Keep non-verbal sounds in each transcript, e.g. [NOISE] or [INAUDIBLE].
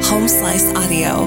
Slice Audio.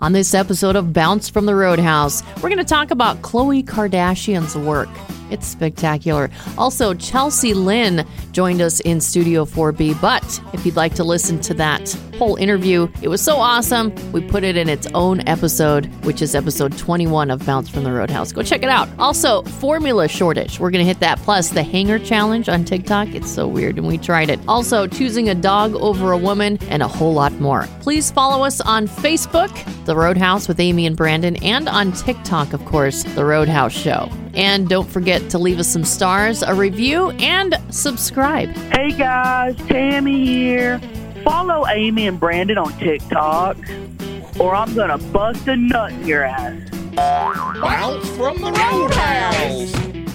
On this episode of Bounce from the Roadhouse, we're going to talk about Khloe Kardashian's work. It's spectacular. Also, Chelsea Lynn joined us in Studio 4B. But if you'd like to listen to that whole interview, it was so awesome. We put it in its own episode, which is episode 21 of Bounce from the Roadhouse. Go check it out. Also, formula shortage. We're going to hit that. Plus, the hanger challenge on TikTok. It's so weird, and we tried it. Also, choosing a dog over a woman, and a whole lot more. Please follow us on Facebook, The Roadhouse with Amy and Brandon, and on TikTok, of course, The Roadhouse Show. And don't forget to leave us some stars, a review, and subscribe. Hey guys, Tammy here. Follow Amy and Brandon on TikTok, or I'm gonna bust a nut in your ass. Bounce from the Roadhouse.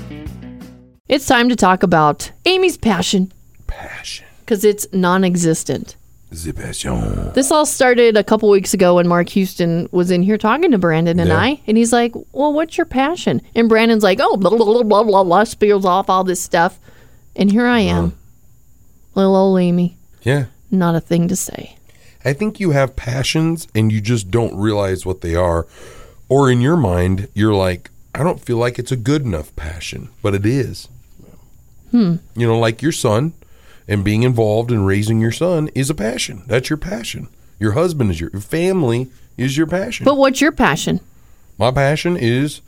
It's time to talk about Amy's passion. Passion. Because it's non existent. The passion. This all started a couple weeks ago when Mark Houston was in here talking to Brandon and Yeah. I, and he's like, "Well, what's your passion?" And Brandon's like, "Oh, blah blah blah blah blah,", blah spills off all this stuff, and here I am, little old Amy, Yeah. not a thing to say. I think you have passions and you just don't realize what they are. Or in your mind, you're like, I don't feel like it's a good enough passion, but it is. Hmm. You know, like your son and being involved in raising your son is a passion. That's your passion. Your husband is your, your family is your passion. But what's your passion? my passion is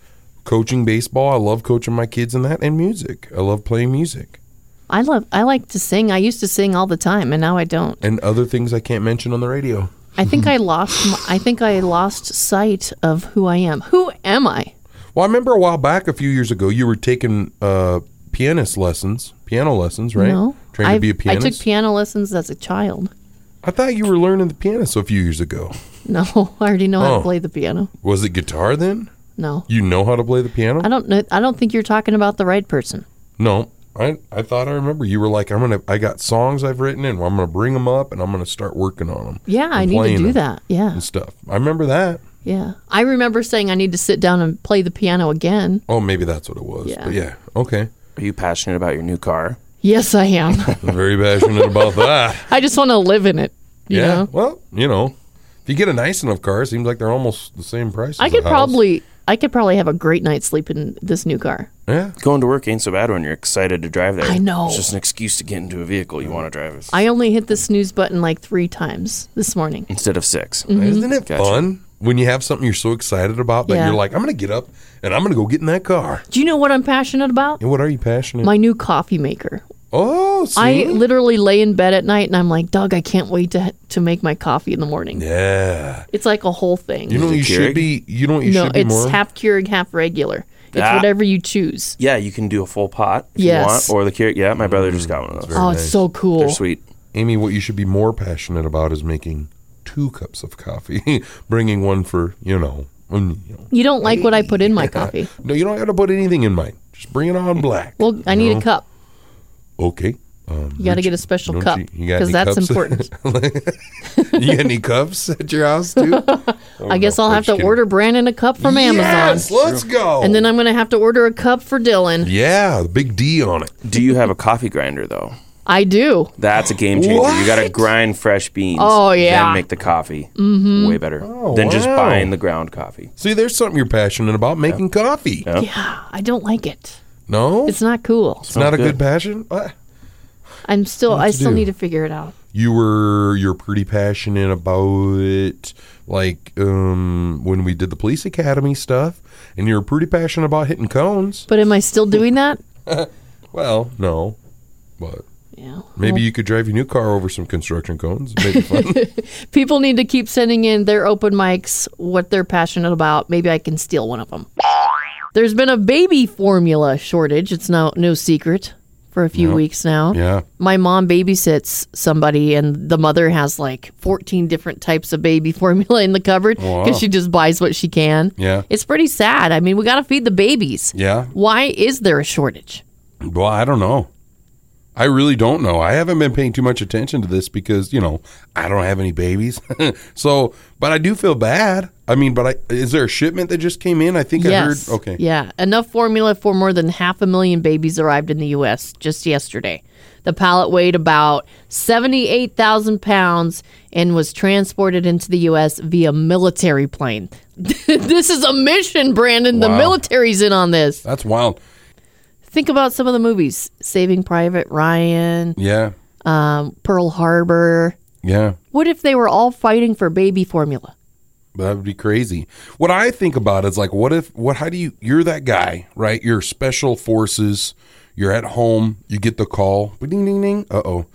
coaching baseball. I love coaching my kids in that and music. I love playing music I love, I like to sing. I used to sing all the time, and now I don't. and other things I can't mention on the radio. I think [LAUGHS] I lost, my, I think I lost sight of who I am. Who am I? Well, I remember a while back, a few years ago, you were taking uh, pianist lessons, piano lessons, right? No, Trying I've- to be a pianist. I took piano lessons as a child. [LAUGHS] I thought you were learning the piano a few years ago. No, I already know how Oh. to play the piano. Was it guitar then? No. You know how to play the piano? I don't know. I don't think you're talking about the right person. no. I, I thought I remember you were like I'm gonna I got songs I've written and I'm gonna bring them up and I'm gonna start working on them. Yeah, I need to do that. Yeah, and stuff. I remember that. yeah. I remember saying I need to sit down and play the piano again. Oh, maybe that's what it was. Yeah. But yeah, okay. Are you passionate about your new car? Yes, I [LAUGHS] am. I'm very passionate about that. I just want to live in it. [LAUGHS] You yeah. know? Well, you know, if you get a nice enough car, it seems like they're almost the same price. As I could a house. probably, I could probably have a great night's sleep in this new car. yeah. Going to work ain't so bad when you're excited to drive there. I know. It's just an excuse to get into a vehicle you want to drive I only hit the snooze button like three times this morning. instead of 6 Mm-hmm. Isn't it Gotcha. fun when you have something you're so excited about that Yeah. you're like, I'm going to get up and I'm going to go get in that car. Do you know what I'm passionate about? And what are you passionate? My new coffee maker. oh, see? I literally lay in bed at night and I'm like, Doug, I can't wait to to make my coffee in the morning. yeah. It's like a whole thing. You know what you should Keurig? be. You know what you no, should be it's more. half Keurig, half regular. It's Ah. whatever you choose. Yeah, you can do a full pot if Yes. you want, or the Keurig. Yeah, my brother Mm-hmm. just got one of those. oh, it's so They're cool. sweet. Amy, what you should be more passionate about is making two cups of coffee, [LAUGHS] bringing one for you know. mm, you know. You don't like what I put in my coffee. No, you don't have to put anything in mine. Just bring it on black. Well, I need a cup. okay. Um, You got to get a special don't cup you- you got any that's cups? [LAUGHS] important. you got any cups at your house too? Oh, I guess I'll have to order Brandon a cup [LAUGHS] from Yes, Amazon. let's go. And then I'm going to have to order a cup for Dylan. Yeah, the big D on it. Do you have a coffee grinder though? I do. That's a game changer. You got to What? grind fresh beans. Oh, yeah. Then make the coffee. Mm-hmm. Way better than just Oh, wow. buying the ground coffee. See, there's something you're passionate about making coffee. Yeah. Yeah, I don't like it. No, it's, It's not cool. not a good. good passion. What? I'm still What I to still do? need to figure it out. You were you're pretty passionate about it, like um, when we did the police academy stuff, and you were pretty passionate about hitting cones. But am I still doing that? Well, no, but Yeah. maybe you could drive your new car over some construction cones. and Make it fun. People need to keep sending in their open mics, what they're passionate about. Maybe I can steal one of them. There's been a baby formula shortage. It's no no secret for a few weeks now. yeah, My mom babysits somebody, and the mother has like 14 different types of baby [LAUGHS] formula in the cupboard because she just buys what she can. Yeah. It's pretty sad. I mean, we got to feed the babies. yeah. Why is there a shortage? Well, I don't know. I really don't know. I haven't been paying too much attention to this because you know I don't have any babies. [LAUGHS] so, but I do feel bad. I mean, but I is there a shipment that just came in? I think Yes. I heard. Okay. Yeah. Enough formula for more than half a million babies arrived in the U.S. just yesterday. The pallet weighed about 78,000 pounds and was transported into the U.S. via military plane. [LAUGHS] this is a mission, Brandon. The Wow. military's in on this. That's wild. Think about some of the movies Saving Private Ryan, Yeah. um, Pearl Harbor. Yeah. What if they were all fighting for baby formula? That would be crazy. What I think about is like, what if, what, how do you, you're that guy, right? You're special forces. You're at home. You get the call. Ding, ding, ding. Uh oh.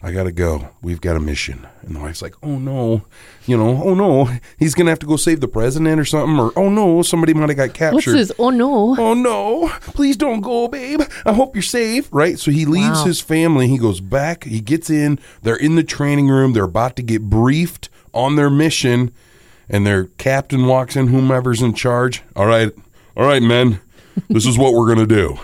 I got to go. We've got a mission. And the wife's like, oh no. You know, oh no. He's going to have to go save the president or something. Or, oh no, somebody might have got What's captured. this? Oh no. Oh no, please don't go, babe. I hope you're safe. Right? So he leaves Wow. his family. He goes back. He gets in. They're in the training room. They're about to get briefed on their mission. And their captain walks in, whomever's in charge. All right, all right, men. This is what we're going to do.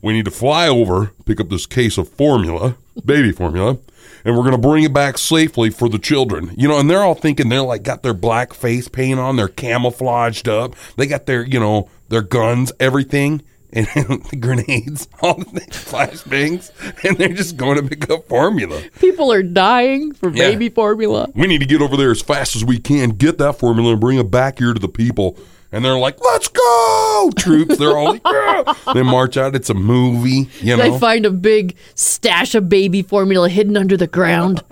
We need to fly over, pick up this case of formula, baby formula, and we're going to bring it back safely for the children. You know, and they're all thinking they're like got their black face paint on, they're camouflaged up, they got their, you know, their guns, everything, and [LAUGHS] the grenades, all the things, flashbangs, and they're just going to pick up formula. People are dying for Yeah. baby formula. We need to get over there as fast as we can, get that formula, and bring it back here to the people. And they're like, let's go, troops. They're all [LAUGHS] like, yeah. They march out. It's a movie, you know. They find a big stash of baby formula hidden under the ground.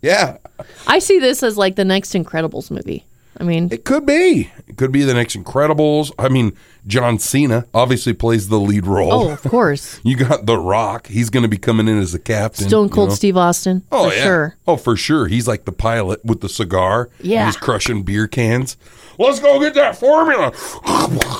yeah. [LAUGHS] I see this as like the next Incredibles movie. I mean, It could be. It could be the next Incredibles. I mean, John Cena obviously plays the lead role. oh, [LAUGHS] of course. You got The Rock. He's going to be coming in as the captain. Stone you Cold know? Steve Austin. Oh for yeah. sure. Oh, for sure. He's like the pilot with the cigar. and Yeah. he's crushing beer cans. Let's go get that formula. [GASPS]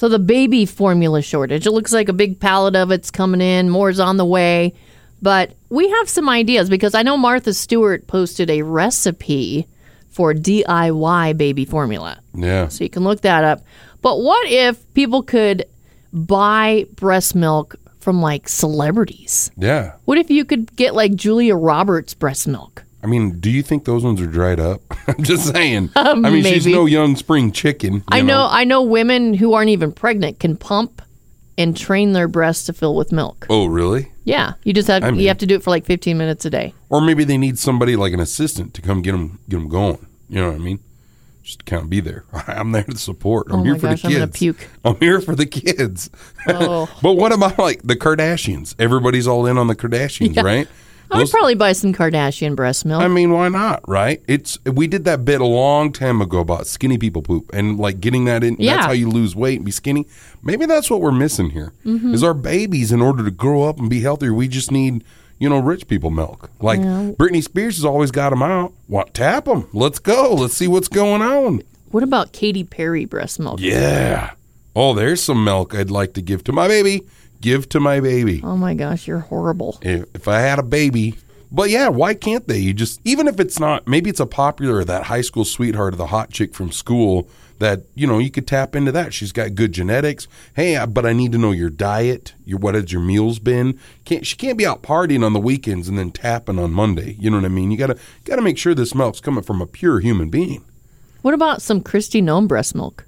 So the baby formula shortage. It looks like a big pallet of it's coming in. More's on the way. But we have some ideas because I know Martha Stewart posted a recipe for DIY baby formula. Yeah. So you can look that up. But what if people could buy breast milk from like celebrities? Yeah. What if you could get like Julia Roberts breast milk? I mean, do you think those ones are dried up? [LAUGHS] I'm just [LAUGHS] saying. I mean, she's maybe. no young spring chicken. you I know I know women who aren't even pregnant can pump and train their breasts to fill with milk. Oh, really? Yeah, you just have mean- you have to do it for like 15 minutes a day. Or maybe they need somebody like an assistant to come get them, get them going. You know what I mean? Just to kind of be there. [LAUGHS] I'm there to support. I'm Oh here my for gosh, the I'm kids. gonna puke. [LAUGHS] I'm here for the kids. [LAUGHS] Oh. but what about like the Kardashians? Everybody's all in on [LAUGHS] the Kardashians, right? I would Those- probably buy some Kardashian breast milk. I mean, why not? Right? It's we did that bit a long time ago about skinny people poop and like getting that in. Yeah. That's how you lose weight and be skinny. Maybe that's what we're missing here. Is our babies in order to grow up and be healthier, we just need you know rich people milk. Like Britney Spears has always got them out. What tap them? Let's go. Let's see what's going on. what about Katy Perry breast milk? Yeah. Oh, there's some milk I'd like to give to my baby. Give to my baby Oh my gosh, you're horrible. if, if I had a baby. But yeah, why can't they? You just even if it's not, maybe it's a popular that high school sweetheart or the hot chick from school that you know you could tap into that. She's got good genetics. Hey, I- but I need to know your diet. Your what has your meals been? Can't she can't be out partying on the weekends and then tapping on Monday? You know what I mean? You gotta gotta make sure this milk's coming from a pure human being. What about some Christy Nome breast milk?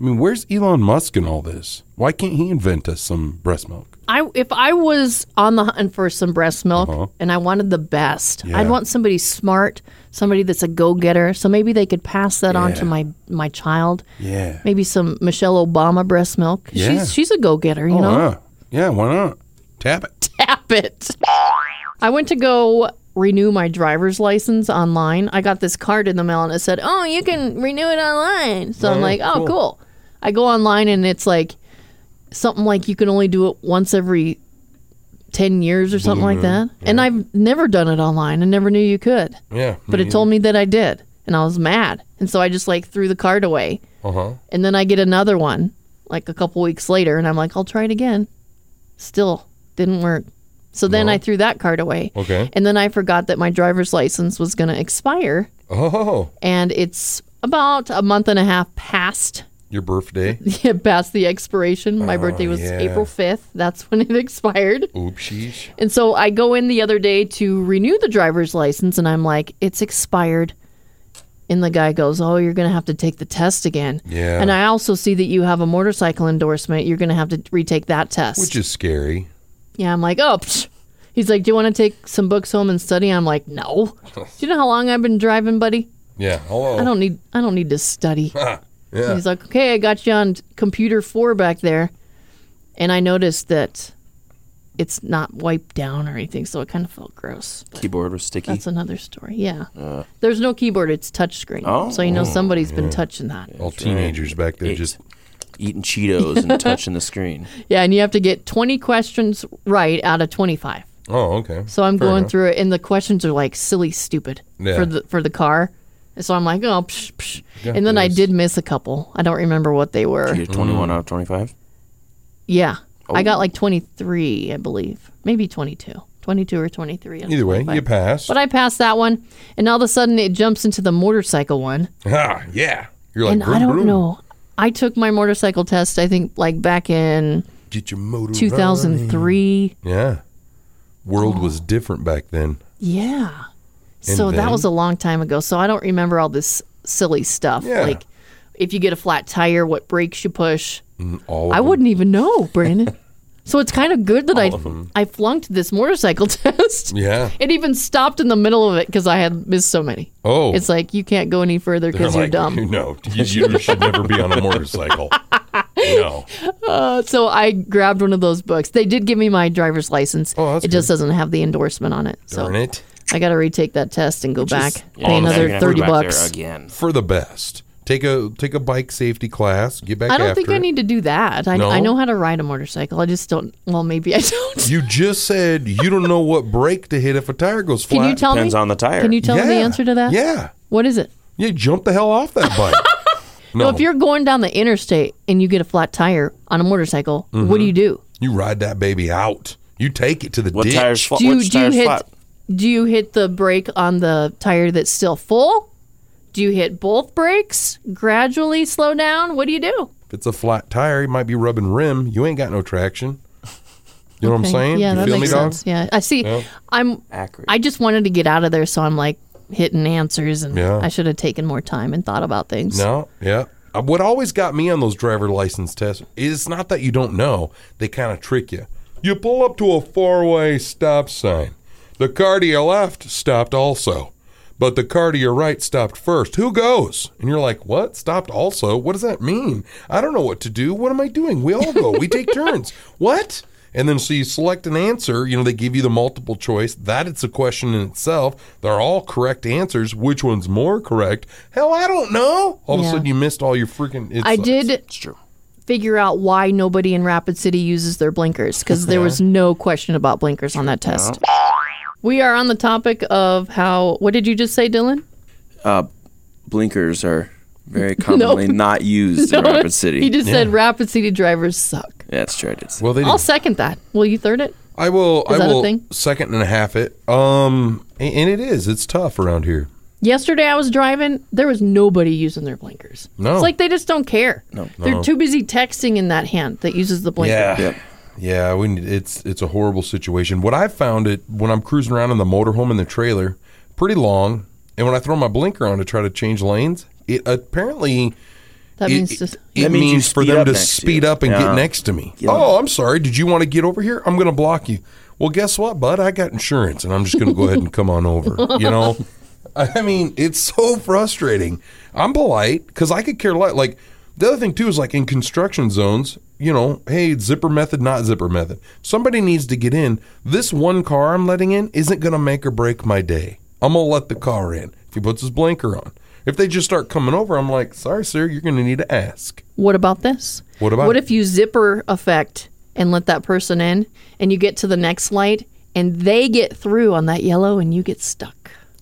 I mean, where's Elon Musk in all this? Why can't he invent us some breast milk? I if I was on the hunt for some breast milk Uh-huh. and I wanted the best, Yeah. I'd want somebody smart, somebody that's a go-getter, so maybe they could pass that on to Yeah. my my child. Yeah. Maybe some Michelle Obama breast milk. Yeah. She's she's a go-getter, you Oh, know. yeah. yeah, why not? Tap it. [LAUGHS] tap it. I went to go renew my driver's license online. I got this card in the mail and it said, "Oh, you can renew it online." So I'm like, "Oh, cool. I go online and it's like something like you can only do it once every 10 years or something like that. And I've never done it online. I never knew you could. Yeah. But it told me that I did, and I was mad. And so I just like threw the card away. Uh huh. And then I get another one like a couple weeks later, and I'm like, I'll try it again. Still didn't work. So then I threw that card away. Okay. And then I forgot that my driver's license was going to expire, Oh, and it's about a month and a half past [LAUGHS] your birthday. past the expiration. My birthday was yeah. April 5th. That's when it [LAUGHS] expired. Oopsies. And so I go in the other day to renew the driver's license, and I'm like, it's expired. And the guy goes, Oh, you're going to have to take the test again. Yeah. And I also see that you have a motorcycle endorsement. You're going to have to retake that test. Which is scary. Yeah, I'm like, oh. Psh. He's like, do you want to take some books home and study? I'm like, no. Do you know how long I've been driving, buddy? Yeah. Oh, ah. Hello. I don't need. I don't need to study. yeah. He's like, okay, I got you on computer four back there, and I noticed that it's not wiped down or anything, so it kind of felt gross. Keyboard was sticky. That's another story. Yeah. Uh. There's no keyboard. It's touchscreen. Oh. so you know somebody's been touching that. All teenagers back there It's just eating Cheetos and touching the screen. Yeah, and you have to get 20 questions right out of 25. oh okay. So I'm going through it, and the questions are like silly, stupid Yeah. for the for the car. And so I'm like, oh, psh, psh. Got and then I this. did miss a couple. I don't remember what they were. [LAUGHS] Mm. You're 21 out of 25. Yeah, I Oh. got like 23, I believe, maybe 22, 22 or 23. I don't Either way, know, you but- pass. But I passed that one, and all of a sudden it jumps into the motorcycle one, Ah, yeah. You're like, and I vroom, don't vroom. know. I took my motorcycle test, I think, like back in Get your motor. running. 2003. Yeah. World was different back then. Yeah. so then- that was a long time ago. So I don't remember all this silly stuff. Yeah. Like if you get a flat tire, what brakes you push. And All of I them- wouldn't even know, [LAUGHS] Brandon. so it's kind of good that I I flunked this motorcycle [LAUGHS] test. Yeah. It even stopped in the middle of it because I had missed so many. Oh. It's like you can't go any further They're because you're like, dumb. No, you, you should never be on a motorcycle. No. Uh, so I grabbed one of those books. They did give me my driver's license. Oh, that's it just doesn't have the endorsement on it. [LAUGHS] So Darn it. I got to retake that test and go back, pay Yeah, now you're another gonna have to thirty go back there bucks. again. For the best. Take a take a bike safety class. Get back I don't after think I it. need to do that. I, No? I know how to ride a motorcycle. I just don't. Well, maybe I don't. You just said you don't know what brake to hit if a tire goes flat. Can you tell me? Depends on the tire. Can you tell yeah. me the answer to that? Yeah. What is it? Yeah, jump the hell off [LAUGHS] that bike. no, Well, if you're going down the interstate and you get a flat tire on a motorcycle, what do you do? you ride that baby out. You take it to the What ditch. tires flat? Do you which do you tires hit flat? do you hit the brake on the tire that's still full? Do you hit both brakes? Gradually slow down. What do you do? If it's a flat tire, you might be rubbing rim. You ain't got no traction. You know what I'm saying? Yeah, you that feel makes me, dog? sense. Yeah, I see. I'm. Accurate. I just wanted to get out of there, so I'm like hitting answers, and Yeah. I should have taken more time and thought about things. No, yeah. Uh, What always got me on those driver license tests is not that you don't know, they kind of trick you. You pull up to a four way stop sign. The car to your left stopped also, but the car to your right stopped first. Who goes? And you're like, what? Stopped also? What does that mean? I don't know what to do. What am I doing? We all go, we take turns. What? And then so you select an answer, you know, they give you the multiple choice. That it's a question in itself. They're all correct answers. Which one's more correct? Hell, I don't know. All of Yeah. a sudden you missed all your freaking it I sucks. did It's true. figure out why nobody in Rapid City uses their blinkers because there was no question about blinkers on that test. We are on the topic of how. What did you just say, Dylan? Blinkers are [LAUGHS] very commonly not used in Rapid City. He just said Rapid City drivers suck. yeah, that's true. I did say. Well, they I'll did. second that. Will you third it? I will. I that a will thing? second and a half it. Um, a- and it is. It's tough around here. Yesterday I was driving. There was nobody using their blinkers. No. it's like they just don't care. No, they're too busy texting in that hand that uses the blinker. Yep. Yeah, we need, it's it's a horrible situation. What I found it when I'm cruising around in the motorhome in the trailer, pretty long, and when I throw my blinker on to try to change lanes, it apparently That it, means just. it That means you means for speed them up to next to speed you. up and get Yeah. next to me. Oh, I'm sorry. Did you want to get over here? I'm going to block you. Well, guess what, bud? I got insurance, and I'm just going to go ahead and come on over. [LAUGHS] You know, I mean, it's so frustrating. I'm polite because I could care less. Like the other thing too is like in construction zones. You know, hey, zipper method, not zipper method. Somebody needs to get in. This one car I'm letting in isn't going to make or break my day. I'm gonna let the car in if he puts his blinker on. If they just start coming over, I'm like, sorry, sir, you're going to need to ask. What about this? What about What it? if you zipper effect and let that person in, and you get to the next light, and they get through on that yellow, and you get stuck?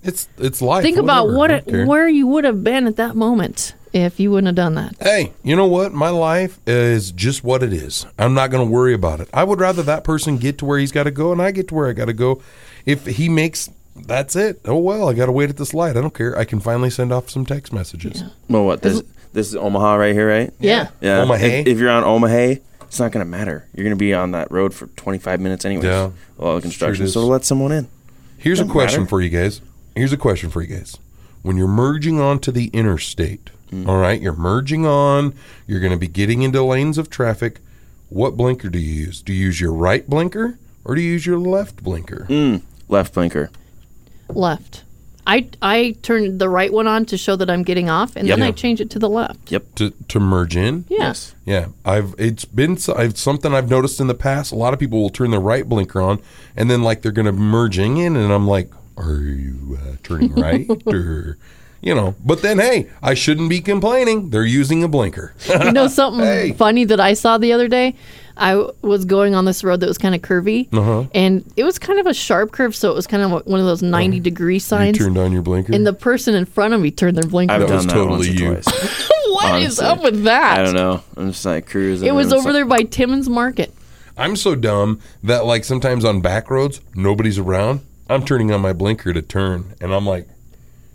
It's it's life. Think about whatever. what I don't it, care. where you would have been at that moment if you wouldn't have done that. Hey, you know what? My life is just what it is. I'm not going to worry about it. I would rather that person get to where he's got to go, and I get to where I got to go. If he makes, that's it. Oh well, I got to wait at this light. I don't care. I can finally send off some text messages. Well, what this this is Omaha right here, right? Yeah. Yeah. Omaha. If, if you're on Omaha, it's not going to matter. You're going to be on that road for 25 minutes anyways. Yeah. A lot of construction. is. so let someone in. Here's a Doesn't question matter. for you guys. Here's a question for you guys. When you're merging onto the interstate, all right, you're merging on, you're going to be getting into lanes of traffic. What blinker do you use? Do you use your right blinker or do you use your left blinker? Left blinker. left. I I turn the right one on to show that I'm getting off, and then Yep. I change it to the left. Yep. To to merge in? Yeah. Yes. Yeah, I've it's been so- I've, something I've noticed in the past. A lot of people will turn their right blinker on, and then like they're going to merging in, and I'm like, "Are you uh, [LAUGHS] turning right?" or, you know. But then, hey, I shouldn't be complaining. They're using a blinker. [LAUGHS] you know something Hey. funny that I saw the other day? I w- was going on this road that was kind of curvy, Uh-huh. and it was kind of a sharp curve, so it was kind of one of those 90 Oh. degree you signs. turned on your blinker. and the person in front of me turned their blinker. I've on. done was that totally once or you. twice. [LAUGHS] What is honestly, up with that? I don't know. I'm just like cruising. It was and it's over like- there by Timmins Market. I'm so dumb that like sometimes on back roads nobody's around. I'm turning on my blinker to turn, and I'm like,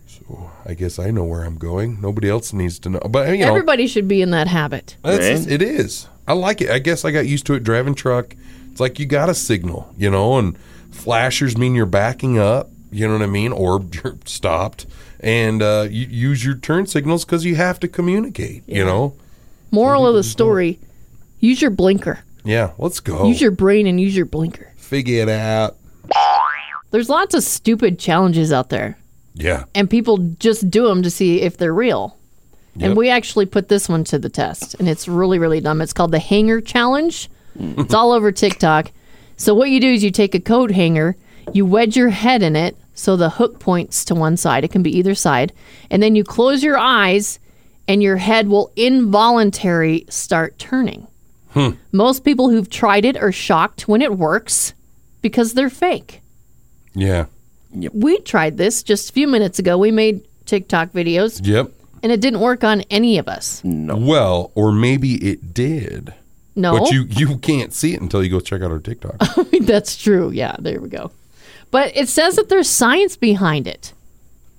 "So I guess I know where I'm going. Nobody else needs to know." But you know, Everybody should be in that habit. That's Right? just- it is. I like it. I guess I got used to it driving truck. It's like you got a signal, you know, and flashers mean you're backing up. You know what I mean, or [LAUGHS] you're stopped, and uh, you use your turn signals because you have to communicate. You know, Moral of the story: use your blinker. yeah. Let's Oh. go. Use your brain and use your blinker. Figure it out. There's lots of stupid challenges out there, Yeah, and people just do them to see if they're real. And Yep. we actually put this one to the test, and it's really, really dumb. It's called the hanger challenge. it's all over TikTok. So what you do is you take a coat hanger, you wedge your head in it so the hook points to one side. It can be either side, and then you close your eyes, and your head will involuntary start turning. Most people who've tried it are shocked when it works because they're fake yeah, we tried this just a few minutes ago. We made TikTok videos yep. and it didn't work on any of us. Well, or maybe it did, No, but you you can't see it until you go check out our TikTok. [LAUGHS] that's true. Yeah, there we go. But it says that there's science behind it.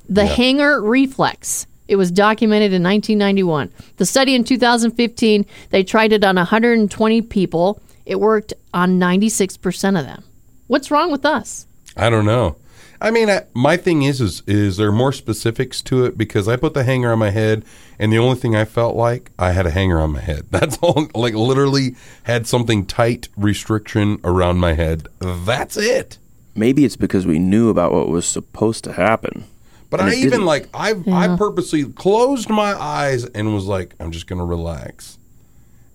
The hanger reflex. It was documented in 1991. The study in 2015, they tried it on 120 people. It worked on 96% of them. What's wrong with us? I don't know. I mean, I, my thing is, is is there more specifics to it? Because I put the hanger on my head, and the only thing I felt like I had a hanger on my head. [LAUGHS] That's all. Like literally had something tight restriction around my head. That's it. Maybe it's because we knew about what was supposed to happen. But And I it even didn't. like I I purposely closed my eyes and was like, I'm just gonna relax.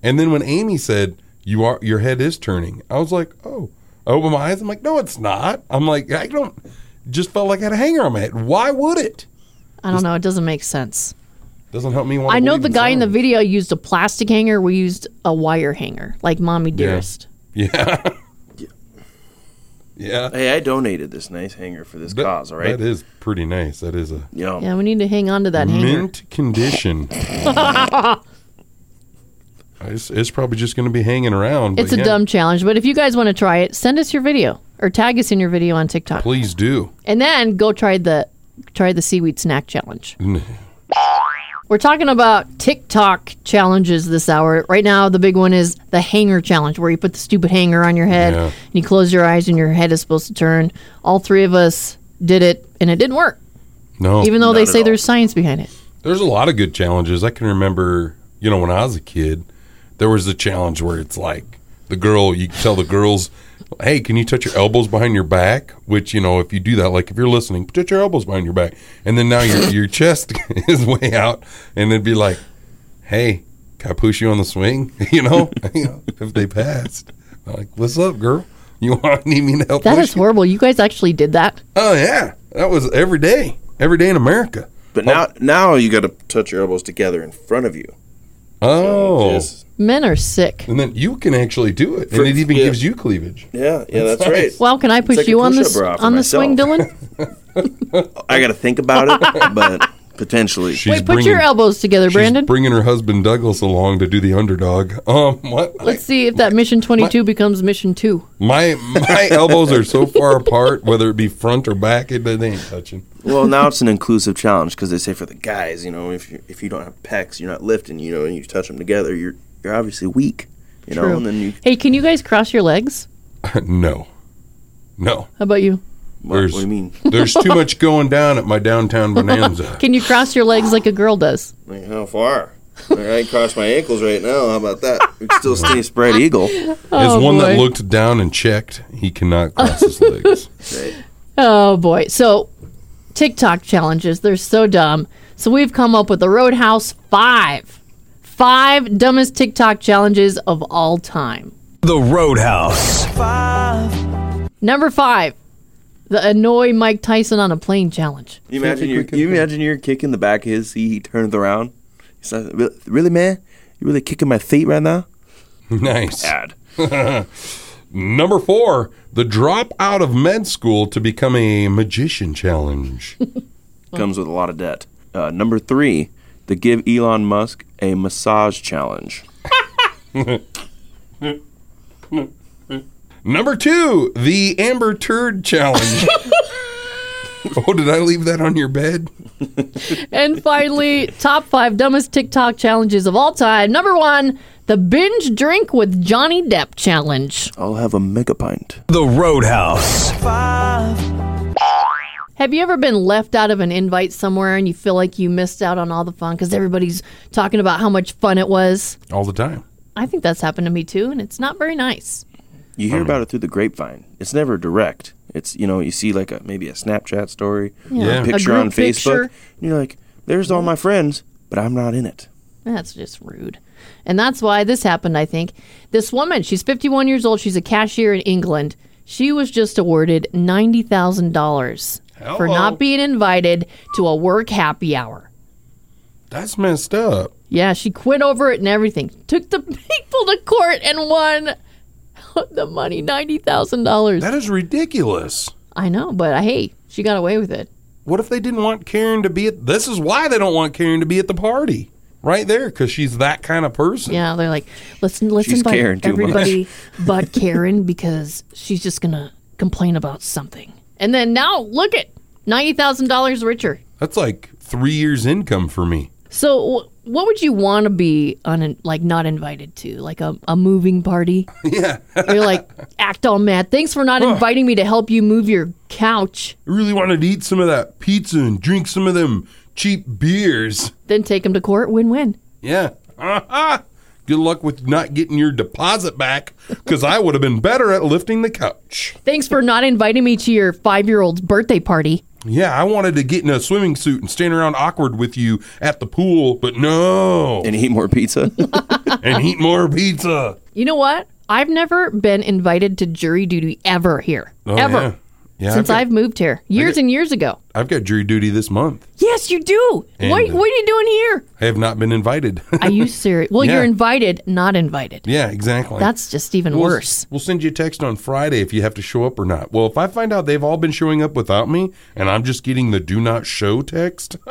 And then when Amy said, You are your head is turning, I was like, Oh. I opened my eyes, I'm like, No, it's not. I'm like, I don't just felt like I had a hanger on my head. Why would it? I don't know. It doesn't make sense. Doesn't help me want I know the guy in the video used a plastic hanger. We used a wire hanger, like Mommy Dearest. Yeah. [LAUGHS] yeah. Hey, I donated this nice hanger for this cause. All right. That is pretty nice. That is a yeah. Yeah, we need to hang on to that hanger. [LAUGHS] mint condition. It's, it's probably just going to be hanging around. but It's a yeah. dumb challenge, but if you guys want to try it, send us your video or tag us in your video on TikTok, Please do. and then go try the try the seaweed snack [LAUGHS] challenge. We're talking about TikTok challenges this hour. Right now, the big one is the hanger challenge, where you put the stupid hanger on your head Yeah. and you close your eyes and your head is supposed to turn. All three of us did it, and it didn't work, No, even though Oh, Not they at say all. there's science behind it. there's a lot of good challenges. I can remember, you know, when I was a kid, there was a challenge where it's like the girl, you tell the girls, hey, can you touch your elbows behind your back? Which, you know, if you do that, like if you're listening, touch your elbows behind your back. And then now your, your chest [LAUGHS] is way out, and it'd be like, hey, can I push you on the swing? [LAUGHS] You know, if they passed, I'm like, what's up, girl? You [LAUGHS] want need me to help? That push is you?" horrible. You guys actually did that. Oh, yeah. That was every day, every day in America. But now, now you got to touch your elbows together in front of you. Oh, Yes. Men are sick. And then you can actually do it, For- and it even yeah. gives you cleavage. Yeah. Yeah. That's, right. Well, can I push like a you on the push-up s- bra for on the swing, Dylan? I got to think about it, but potentially. [LAUGHS] She's Wait, put your elbows together, she's Brandon. bringing her husband Douglas along to do the underdog. Um, what? I- Let's see if that mission 22 becomes mission 2. my [LAUGHS] my elbows are so far apart, whether it be front or back, it they ain't [LAUGHS] touching. Well, now it's an inclusive challenge because they say for the guys, you know, if you, if you don't have pecs, you're not lifting, you know, and you touch them together, you're you're obviously weak, you know, True. and then you Hey, can you guys cross your legs? no, no. How about you? what, what do you mean? There's [LAUGHS] too much going down at my downtown bonanza. Can you cross your legs like a girl does? Like how far? All right, cross my ankles right now. How about that? We can still stay spread eagle. As one that Oh, boy. looked down and checked, he cannot cross his [LAUGHS] legs. Right. Oh boy. So TikTok challenges, they're so dumb. So we've come up with the Roadhouse 5. 5 dumbest TikTok challenges of all time. The Roadhouse. Number 5, the annoy Mike Tyson on a plane challenge. You imagine you're, you imagine you're kicking the back of his seat. He turns around. He's like, "Re- "Really, man? You really kicking my feet right now?" nice. Bad. Number four, the drop out of med school to become a magician challenge. Comes with a lot of debt. Uh, number three, the give Elon Musk a massage challenge. Number two, the amber turd [LAUGHS] challenge. oh, did I leave that on your bed? And finally, top 5 dumbest TikTok challenges of all time. Number 1, the binge drink with Johnny Depp challenge. I'll have a mega pint. The Roadhouse. Have you ever been left out of an invite somewhere and you feel like you missed out on all the fun cuz everybody's talking about how much fun it was? All the time. I think that's happened to me too, and it's not very nice. You hear about it through the grapevine. It's never direct. It's you know you see like a maybe a Snapchat story, Yeah. a A picture group on Facebook. picture. And you're like, "There's all my friends, but I'm not in it." That's just rude. And that's why this happened, I think. This woman, she's 51 years old, she's a cashier in England. She was just awarded $90,000 for Hello. not being invited to a work happy hour. That's messed up. Yeah, she quit over it and everything. Took the [LAUGHS] people to court and won [LAUGHS] the money, $90,000. That is ridiculous. I know, but uh, hey, she got away with it. What if they didn't want Karen to be at this is why they don't want Karen to be at the party. Right there, because she's that kind of person. Yeah, they're like, let's let's She's invite caring too much. [LAUGHS] everybody but Karen because she's just gonna complain about something. And then now look at ninety thousand dollars richer. That's like three years income for me. So wh- what would you want to be on like not invited to like a, a moving [LAUGHS] party? Yeah. I You're like act all mad. Thanks for not inviting me to help you move your couch. really wanted to eat some of that pizza and drink some of them cheap beers. Then take him to court. Win win. Yeah. [LAUGHS] Uh-huh. Good luck with not getting your deposit back because I would have been better at lifting the couch. Thanks for not inviting me to your five year old's birthday party. Yeah, I wanted to get in a swimming suit and stand around awkward with you at the pool, but no. And eat more pizza. and eat more pizza. You know what? I've never been invited to jury duty ever here. Oh, ever. Yeah. Yeah, since I've, got, I've moved here years and years ago. I've got jury duty this month. Yes, you do. And- uh, what, what are you doing [LAUGHS] here? I have not been invited. [LAUGHS] Are you serious? Well, Yeah. you're invited, not invited. yeah, exactly. That's just even We'll- worse. We'll send you a text on Friday if you have to show up or not. Well, if I find out they've all been showing up without me and I'm just getting the do not show text, [LAUGHS]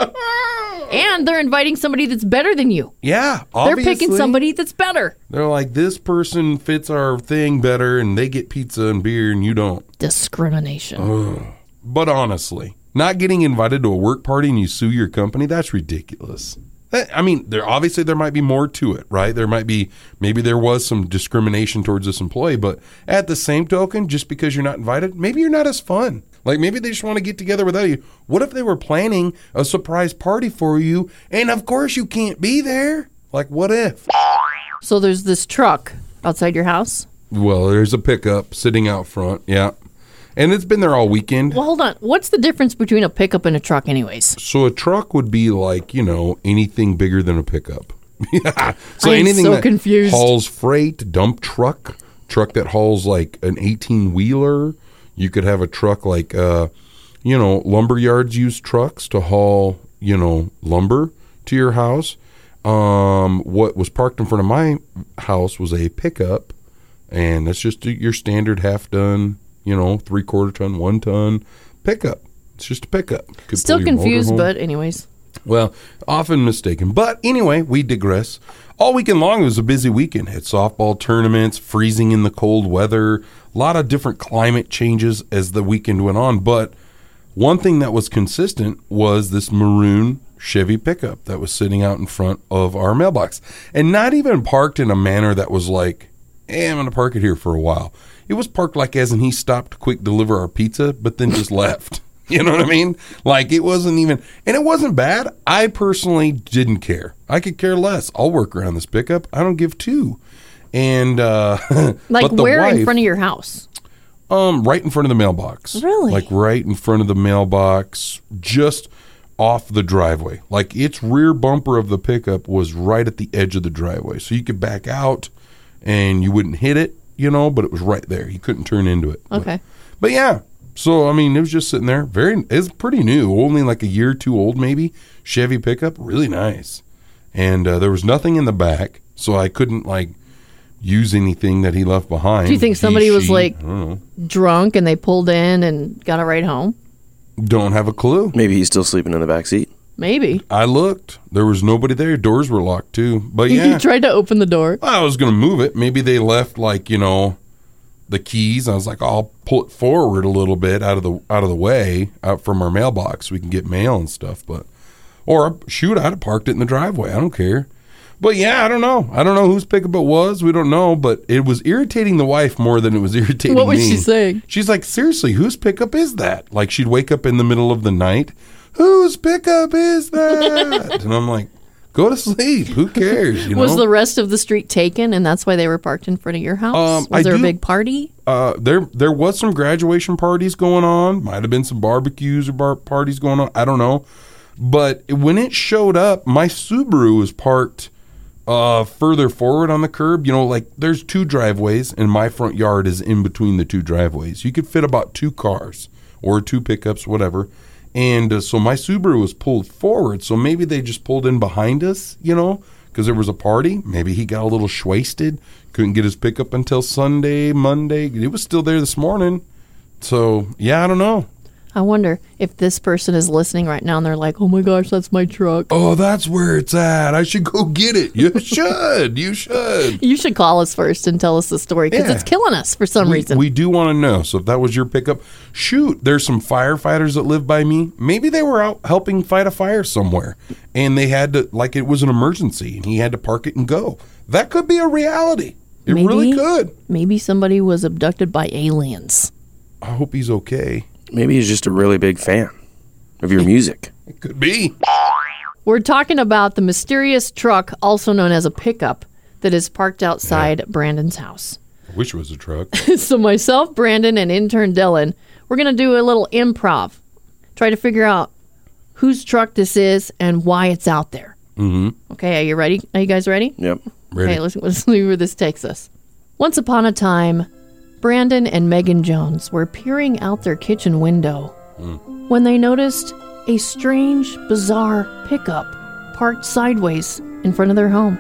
And they're inviting somebody that's better than you. yeah, They're obviously. picking somebody that's better. They're like, this person fits our thing better and they get pizza and beer and you don't. Discrimination. Oh. But honestly, not getting invited to a work party and you sue your company, that's ridiculous. That- I mean, there obviously there might be more to it, right? There might be maybe there was some discrimination towards this employee, but at the same token, just because you're not invited, maybe you're not as fun. Like maybe they just want to get together without you. What if they were planning a surprise party for you and of course you can't be there? Like what if? So there's this truck outside your house. Well, there's a pickup sitting out front. Yeah. And it's been there all weekend. Well, hold on. What's the difference between a pickup and a truck, anyways? So a truck would be like, you know, anything bigger than a pickup. [LAUGHS] yeah. So I am anything so that confused. hauls freight, dump truck, truck that hauls like an 18 wheeler. You could have a truck like uh, you know, lumber yards use trucks to haul, you know, lumber to your house. Um, what was parked in front of my house was a pickup and that's just your standard half done, you know, three quarter ton, one ton pickup. It's just a pickup. Could Still pull your confused, motorhome. but anyways. Well, often mistaken. But anyway, we digress. All weekend long, it was a busy weekend. Had softball tournaments, freezing in the cold weather, a lot of different climate changes as the weekend went on. But one thing that was consistent was this maroon Chevy pickup that was sitting out in front of our mailbox and not even parked in a manner that was like, eh, I'm going to park it here for a while. It was parked like as and he stopped to quick deliver our pizza, but then just [LAUGHS] left. You know what I mean? Like it wasn't even, and it wasn't bad. I personally didn't care. I could care less. I'll work around this pickup. I don't give two. And uh, [LAUGHS] Like but the where in wife- front of your house? um, right in front of the mailbox. Really? Like right in front of the mailbox, just off the driveway. Like its rear bumper of the pickup was right at the edge of the driveway. So you could back out and you wouldn't hit it, you know, but it was right there. You couldn't turn into it. Okay. But, but yeah. So I mean, it was just sitting there. Very it's pretty new, only like a year or two old maybe. Chevy pickup, really nice. And uh, there was nothing in the back, so I couldn't like use anything that he left behind. Do you think He, somebody was she, like I don't know. drunk and they pulled in and got a ride home? Don't have a clue. Maybe he's still sleeping in the back seat. Maybe. [LAUGHS] I looked. There was nobody there. Doors were locked too. But [LAUGHS] yeah, you tried to open the door. I was gonna move it. Maybe they left like you know the keys. I was like, I'll pull it forward a little bit out of the out of the way out from our mailbox. We can get mail and stuff. But or shoot, I'd have parked it in the driveway. I don't care. But yeah, I don't know. I don't know whose pickup it was. We don't know. But it was irritating the wife more than it was [LAUGHS] irritating. What was me. she saying? She's like, seriously, whose pickup is that? Like she'd wake up in the middle of the night. Whose pickup is [LAUGHS] that? and I'm like, go to sleep. Who cares? You Was know? the rest of the street taken and that's why they were parked in front of your house? Um, was I there a do- big party? uh, there there was some graduation parties going on. Might have been some barbecues or bar parties going on. I don't know. But when it showed up, my Subaru was parked uh, further forward on the curb. You know, like there's two driveways, and my front yard is in between the two driveways. You could fit about two cars or two pickups, whatever. And uh, so my Subaru was pulled forward. So maybe they just pulled in behind us, you know, because there was a party. Maybe he got a little schwasted, couldn't get his pickup until Sunday, Monday. It was still there this morning. So yeah, I don't know. I wonder if this person is listening right now and they're like, "Oh my gosh, that's my truck." Oh, that's where it's at. I should go get it. You should. You should. You should call us first and tell us the story because Yeah. it's killing us for some we, reason. we do want to know. So if that was your pickup, shoot, there's some firefighters that live by me. Maybe they were out helping fight a fire somewhere and they had to, like it was an emergency and he had to park it and go. That could be a reality. It really Maybe. could. Maybe somebody was abducted by aliens. I hope he's okay. Maybe he's just a really big fan of your music. It could be. We're talking about the mysterious truck, also known as a pickup, that is parked outside Brandon's house. [LAUGHS] I wish it was a truck. so, myself, Brandon, and intern Dylan, we're going to do a little improv. Try to figure out whose truck this is and why it's out there. Mm-hmm. Okay, are you ready? Are you guys ready? Yep. Ready. Okay, let's, [LAUGHS] let's see where this takes us. Once upon a time, Brandon and Megan Jones were peering out their kitchen window when they noticed a strange, bizarre pickup parked sideways in front of their home.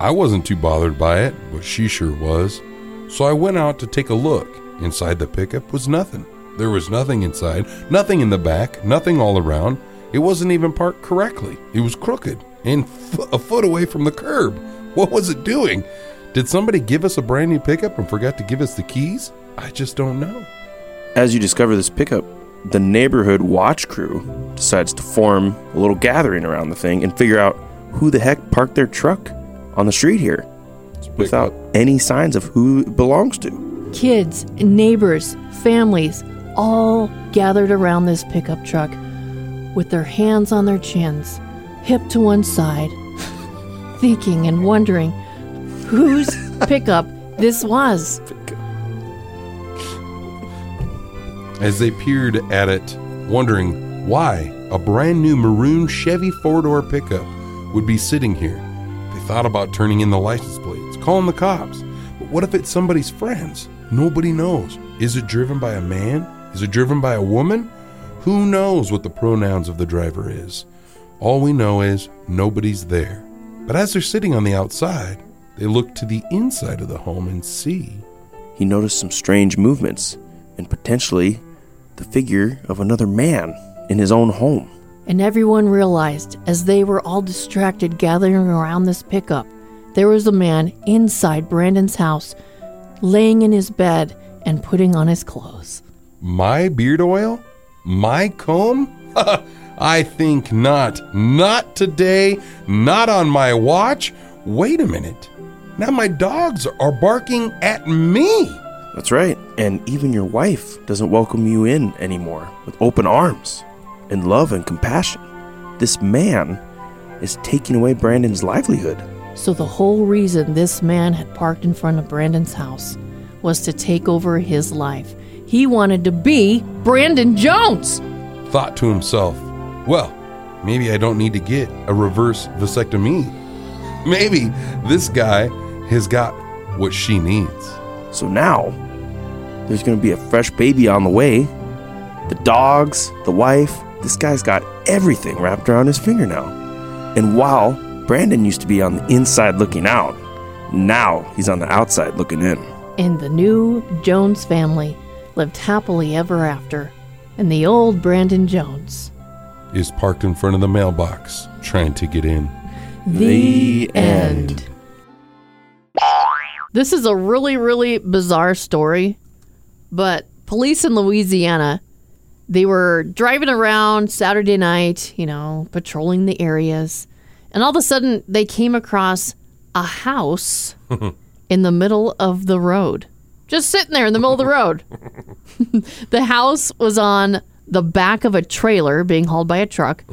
I wasn't too bothered by it, but she sure was. So I went out to take a look. Inside the pickup was nothing. There was nothing inside, nothing in the back, nothing all around. It wasn't even parked correctly. It was crooked and f- a foot away from the curb. What was it doing? Did somebody give us a brand new pickup and forgot to give us the keys? I just don't know. As you discover this pickup, the neighborhood watch crew decides to form a little gathering around the thing and figure out who the heck parked their truck on the street here without any signs of who it belongs to. Kids, neighbors, families, all gathered around this pickup truck with their hands on their chins, hip to one side, [LAUGHS] thinking and wondering whose pickup this was. As they peered at it, wondering why a brand new maroon Chevy four door pickup would be sitting here, they thought about turning in the license plates, calling the cops. But what if it's somebody's friends? Nobody knows. Is it driven by a man? Is it driven by a woman? Who knows what the pronouns of the driver is? All we know is nobody's there. But as they're sitting on the outside, they look to the inside of the home and see He noticed some strange movements and potentially the figure of another man in his own home. And everyone realized, as they were all distracted gathering around this pickup, there was a man inside Brandon's house, laying in his bed and putting on his clothes. My beard oil? My comb? [LAUGHS] I think not. Not today. Not on my watch. Wait a minute. Now my dogs are barking at me. That's right. And even your wife doesn't welcome you in anymore with open arms and love and compassion. This man is taking away Brandon's livelihood. So the whole reason this man had parked in front of Brandon's house was to take over his life. He wanted to be Brandon Jones. Thought to himself, well, maybe I don't need to get a reverse vasectomy. [LAUGHS] Maybe this guy has got what she needs. So now there's going to be a fresh baby on the way. The dogs, the wife, this guy's got everything wrapped around his finger now. And while Brandon used to be on the inside looking out, now he's on the outside looking in. And the new Jones family lived happily ever after. And the old Brandon Jones. Is parked in front of the mailbox trying to get in. The end. This is a really, really bizarre story, but police in Louisiana, they were driving around Saturday night, you know, patrolling the areas, and all of a sudden they came across a house [LAUGHS] in the middle of the road. Just sitting there in the middle of the road. the house was on the back of a trailer being hauled by a truck.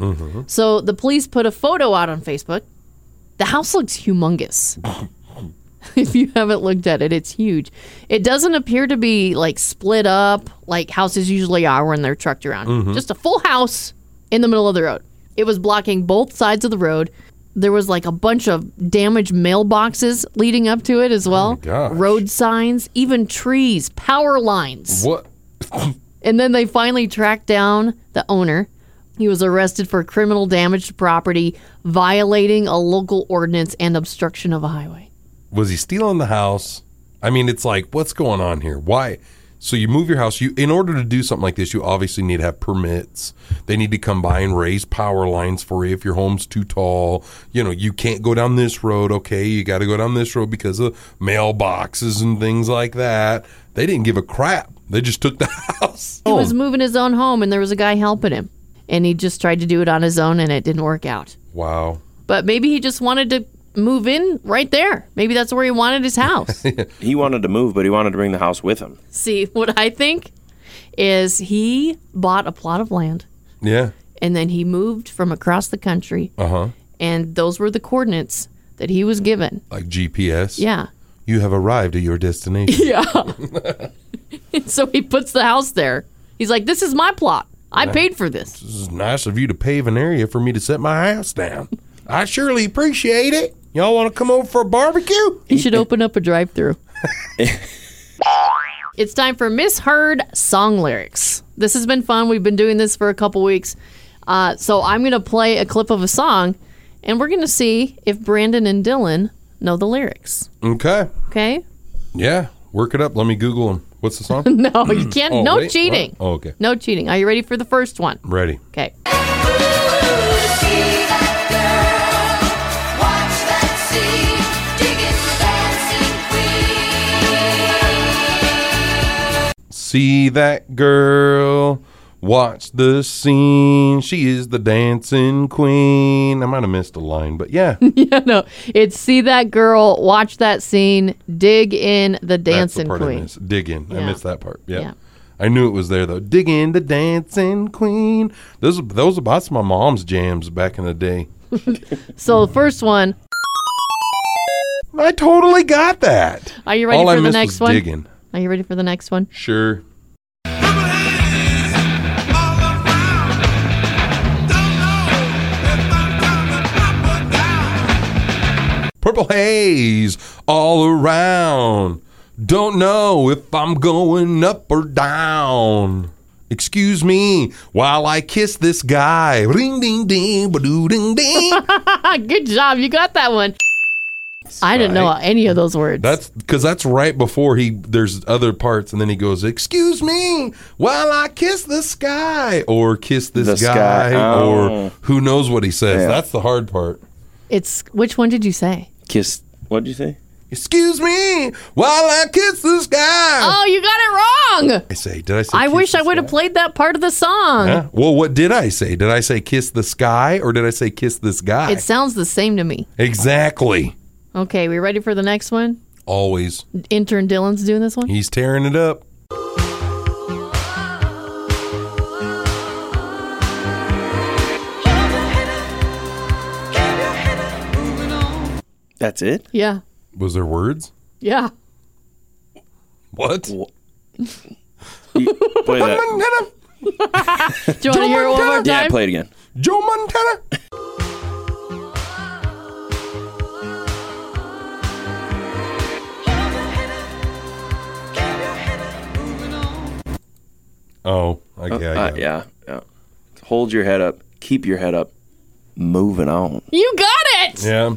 So the police put a photo out on Facebook. The house looks humongous. [LAUGHS] if you haven't looked at it, it's huge. It doesn't appear to be like split up like houses usually are when they're trucked around. Just a full house in the middle of the road. It was blocking both sides of the road. There was like a bunch of damaged mailboxes leading up to it as well. gosh. Road signs, even trees, power lines. What? And then they finally tracked down the owner. He was arrested for criminal damage to property, violating a local ordinance, and obstruction of a highway. Was he stealing the house? I mean, it's like, what's going on here? Why? So you move your house. You, in order to do something like this, you obviously need to have permits. They need to come by and raise power lines for you if your home's too tall. You know, you can't go down this road. Okay, you got to go down this road because of mailboxes and things like that. They didn't give a crap. They just took the [LAUGHS] house. He was moving his own home, and there was a guy helping him. And he just tried to do it on his own, and it didn't work out. Wow. But maybe he just wanted to move in right there. Maybe that's where he wanted his house. He wanted to move, but he wanted to bring the house with him. See, what I think is he bought a plot of land, Yeah. and then he moved from across the country. Uh huh. And those were the coordinates that he was given. Like GPS. Yeah. You have arrived at your destination. [LAUGHS] So he puts the house there. He's like, "This is my plot. I paid for this." This is nice of you to pave an area for me to set my house down. I surely appreciate it. Y'all want to come over for a barbecue? He should open up a drive-through. [LAUGHS] it's time for misheard song lyrics. This has been fun. We've been doing this for a couple weeks. Uh, so I'm gonna play a clip of a song, and we're gonna see if Brandon and Dylan know the lyrics. Okay. Okay? Yeah. Work it up. Let me Google them. What's the song? [LAUGHS] No, you can't. Oh, Mm. no wait, what? cheating. Oh, okay. No cheating. Are you ready for the first one? Ready. Okay. See that girl. Watch the scene. She is the dancing queen. I might have missed a line, [LAUGHS] but yeah. no, it's see that girl, watch that scene, dig in the That's dancing the part I queen. missed. Dig in. I Yeah. missed that part. Yeah. Yeah. I knew it was there though. Dig in the dancing queen. Those those that's my mom's jams back in the day. So Mm-hmm. the first one, I totally got that. Are you ready All for I the missed next was one? Digging. are you ready for the next one? [LAUGHS] Sure. Purple haze all around. Don't know if I'm going up or down. Excuse me while I kiss this guy. Ring ding ding, ba doo [LAUGHS] ding ding. Ah, good job, you got that one. I didn't know any of those words. That's because that's right before he. There's other parts, and then he goes, "Excuse me, while I kiss the sky, or kiss this The guy, sky. Oh. or who knows what he says." Yeah. That's the hard part. it's which one did you say? Kiss. What'd you say? Excuse me, while I kiss the sky. Oh, you got it wrong. I say, did I say? I kiss wish the I would have sky? played that part of the song. Huh? Well, what did I say? Did I say kiss the sky, or did I say kiss this guy? It sounds the same to me. exactly. Okay, we ready for the next one? Always, Intern Dylan's doing this one. he's tearing it up. That's it? Yeah. Was there words? Yeah. What? [LAUGHS] You- play Joe that. Montana. Do you want to hear it one more time? Yeah, play it again. Joe Montana. Oh, I, yeah, I Uh, got it. yeah, yeah. Hold your head up. Keep your head up. Moving on. You got [LAUGHS] it. Yeah.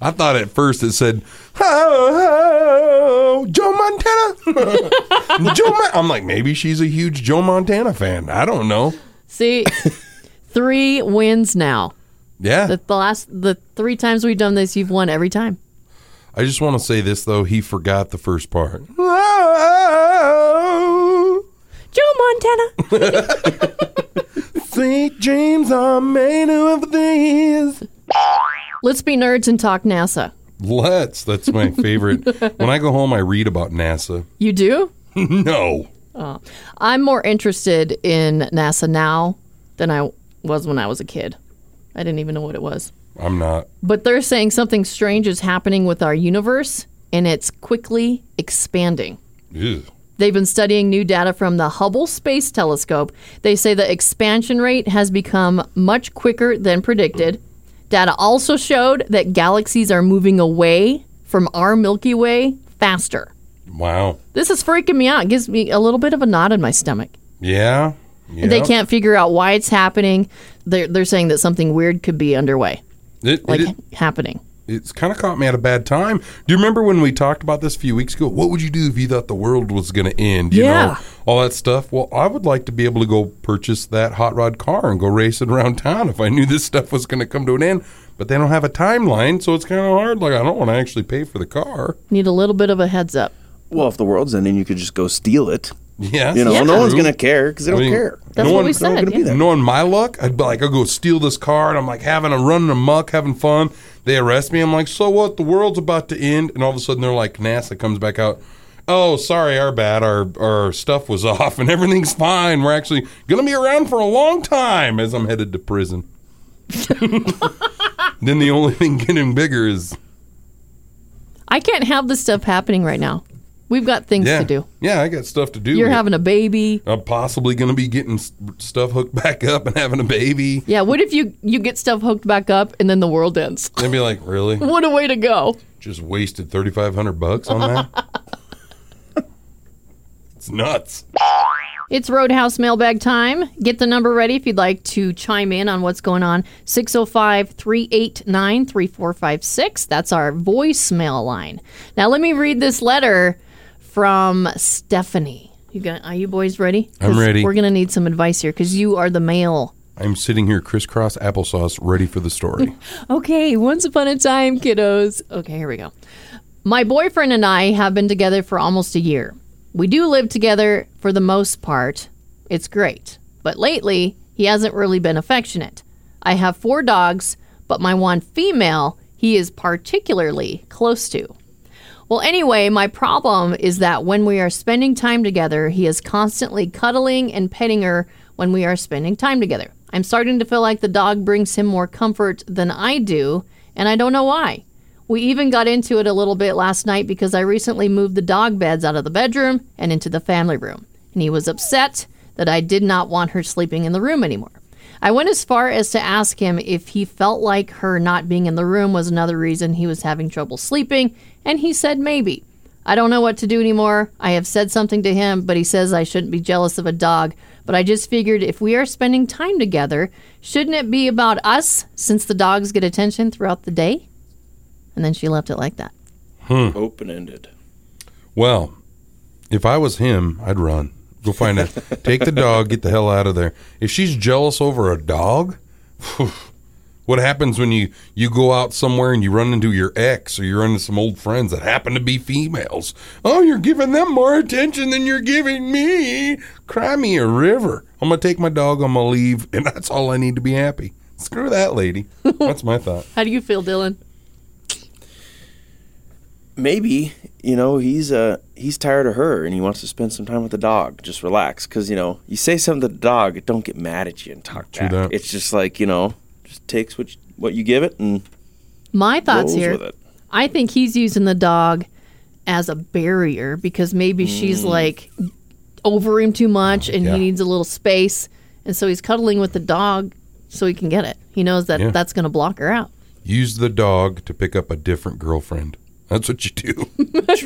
I thought at first it said, oh, oh, Joe Montana. [LAUGHS] Joe Mon- I'm like, maybe she's a huge Joe Montana fan. I don't know. See, three wins now. Yeah. The, the last, the three times we've done this, you've won every time. I just want to say this, though. He forgot the first part. Oh, Joe Montana. sweet dreams are made of these. Let's be nerds and talk NASA. Let's. That's my favorite. [LAUGHS] when I go home, I read about NASA. You do? No. I'm more interested in NASA now than I was when I was a kid. I didn't even know what it was. I'm not. But they're saying something strange is happening with our universe and it's quickly expanding. Ew. They've been studying new data from the Hubble Space Telescope. They say the expansion rate has become much quicker than predicted. Data also showed that galaxies are moving away from our Milky Way faster. Wow. This is freaking me out. It gives me a little bit of a knot in my stomach. Yeah. yeah. They can't figure out why it's happening. They're, they're saying that something weird could be underway, It- like it- happening. it's kind of caught me at a bad time. Do you remember when we talked about this a few weeks ago? What would you do if you thought the world was going to end? You Yeah. know, all that stuff. Well, I would like to be able to go purchase that hot rod car and go racing around town if I knew this stuff was going to come to an end. But they don't have a timeline, so it's kind of hard. Like I don't want to actually pay for the car. [LAUGHS] Need a little bit of a heads up. Well, if the world's ending, you could just go steal it. Yeah, You know, Yeah. no one's gonna care because they don't I mean, care. That's No what we one- no one said. gonna be yeah. there. Knowing my luck, I'd be like, I'll go steal this car, and I'm like having a run and amok, having fun. They arrest me. I'm like, so what? The world's about to end, and all of a sudden they're like, NASA comes back out. Oh, sorry, our bad. Our our stuff was [LAUGHS] off, and everything's fine. We're actually gonna be around for a long time as I'm headed to prison. [LAUGHS] then the only thing getting bigger is I can't have this stuff happening right now. We've got things yeah, to do. yeah. I got stuff to do. You're having a baby. I'm possibly gonna be getting s- stuff hooked [LAUGHS] back up and having a baby. Yeah, what if you you get stuff hooked back up and then the world ends? [LAUGHS] They'd be like, really? What a way to go. just wasted 3500 bucks on that [LAUGHS] it's nuts It's Roadhouse Mailbag time. Get the number ready if you'd like to chime in on what's going on. 605 389 3456. That's our voicemail line. Now, let me read this letter from Stephanie. You got, Are you boys ready? 'Cause I'm ready. We're going to need some advice here because you are the male i'm sitting here crisscross applesauce ready for the story Okay, once upon a time, kiddos. Okay, here we go. My boyfriend and I have been together for almost a year. We do live together for the most part. It's great. But lately, he hasn't really been affectionate. I have four dogs, but my one female he is particularly close to. Well, anyway, my problem is that when we are spending time together, he is constantly cuddling and petting her when we are spending time together. I'm starting to feel like the dog brings him more comfort than I do, and I don't know why. We even got into it a little bit last night because I recently moved the dog beds out of the bedroom and into the family room, and he was upset that I did not want her sleeping in the room anymore. I went as far as to ask him if he felt like her not being in the room was another reason he was having trouble sleeping, and he said maybe. I don't know what to do anymore. I have said something to him, but he says I shouldn't be jealous of a dog. But I just figured if we are spending time together, shouldn't it be about us since the dogs get attention throughout the day? And then she left it like that. Hmm. Open ended. well if i was him i'd run go find out take the dog get the hell out of there if she's jealous over a dog phew, what happens when you you go out somewhere and you run into your ex or you run into some old friends that happen to be females oh you're giving them more attention than you're giving me cry me a river i'm gonna take my dog i'm gonna leave and that's all i need to be happy screw that lady that's my thought How do you feel, Dylan? Maybe you know he's uh he's tired of her and he wants to spend some time with the dog. Just relax because you know you say something to the dog, it don't get mad at you and talk True back. that. It's just like you know, just takes what you, what you give it and My thoughts rolls here. with it. I think he's using the dog as a barrier because maybe she's like over him too much and Mm. Yeah. he needs a little space. And so he's cuddling with the dog so he can get it. He knows that Yeah. that's going to block her out. [LAUGHS] Use the dog to pick up a different girlfriend. That's what you do.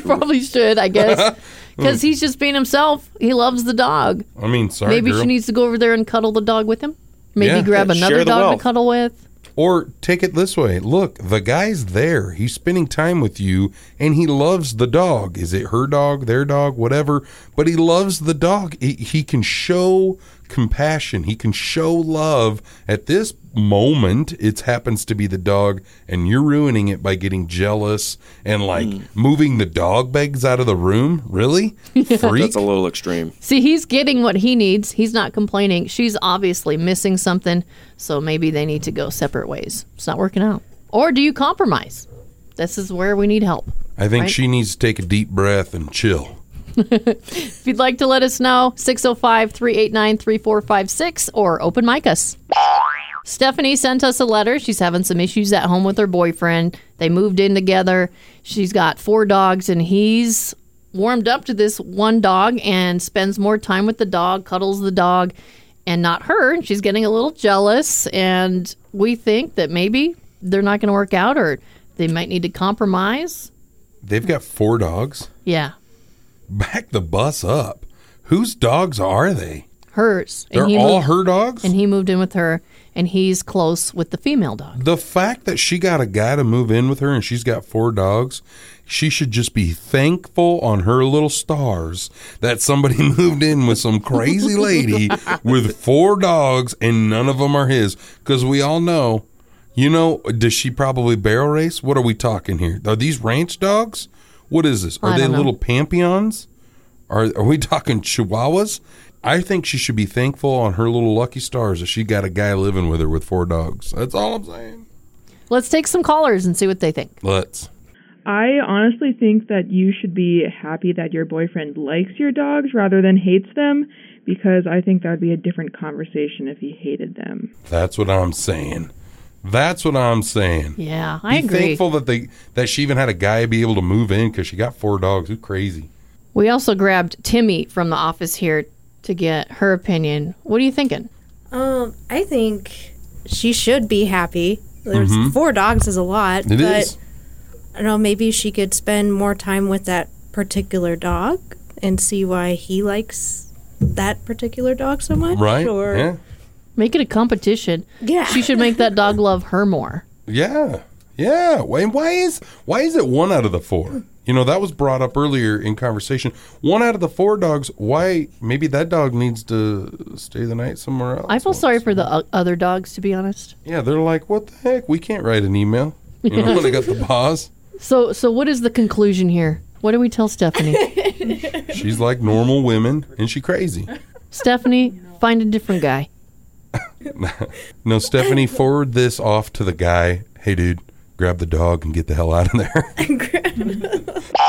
Probably should, I [LAUGHS] guess. Hmm. Because he's just being himself. He loves the dog. I mean, sorry, Maybe girl. she needs to go over there and cuddle the dog with him. Maybe Yeah. grab Yeah, share another the dog wealth. to cuddle with. Or take it this way. Look, the guy's there. He's spending time with you and he loves the dog. Is it her dog, their dog, whatever? But he loves the dog. He, he can show compassion. He can show love. At this moment, it happens to be the dog and you're ruining it by getting jealous and like Hmm. moving the dog bags out of the room. [LAUGHS] Really? Freak. That's a little extreme. See, he's getting what he needs. He's not complaining. She's obviously missing something, so maybe they need to go separate ways. It's not working out. Or do you compromise? This is where we need help. I think right? she needs to take a deep breath and chill. If you'd like to let us know, 605 389 3456 or open mic us. Stephanie sent us a letter. She's having some issues at home with her boyfriend. They moved in together. She's got four dogs, and he's warmed up to this one dog and spends more time with the dog, cuddles the dog, and not her. And she's getting a little jealous. And we think that maybe they're not going to work out or they might need to compromise. They've got four dogs. Yeah, back the bus up. Whose dogs are they? hers. They're he all moved- her dogs? and he moved in with her and he's close with the female dog the fact that she got a guy to move in with her and she's got four dogs, she should just be thankful on her little stars that somebody [LAUGHS] moved in with some crazy lady with four dogs and none of them are his. Because we all know, you know, does she probably barrel race? What are we talking here? Are these ranch dogs? What is this? Are I they don't know. little pampeons? Are are we talking chihuahuas? I think she should be thankful on her little lucky stars that she got a guy living with her with four dogs. That's all I'm saying. let's take some callers and see what they think Let's. I honestly think that you should be happy that your boyfriend likes your dogs rather than hates them because I think that would be a different conversation if he hated them. That's what I'm saying. That's what I'm saying. yeah i be agree thankful that they that she even had a guy be able to move in because she got four dogs. Who crazy? we also grabbed timmy from the office here to get her opinion what are you thinking Um, I think she should be happy. There's four dogs is a lot, Mm-hmm. It is. but I don't know. Maybe she could spend more time with that particular dog and see why he likes that particular dog so much. right? Or Yeah. make it a competition Yeah. she should make that dog love her [LAUGHS] more Yeah. Yeah. Why why is why is it one out of the four? You know, that was brought up earlier in conversation. One out of the four dogs, why maybe that dog needs to stay the night somewhere else. i feel sorry for the o- other dogs to be honest Yeah, they're like, What the heck? We can't write an email. You know when I [LAUGHS] got the pause. so so what is the conclusion here what do we tell [LAUGHS] stephanie She's like normal women and she crazy. stephanie find a different guy No, Stephanie, forward this off to the guy. Hey dude, grab the dog and get the hell out of there. [LAUGHS]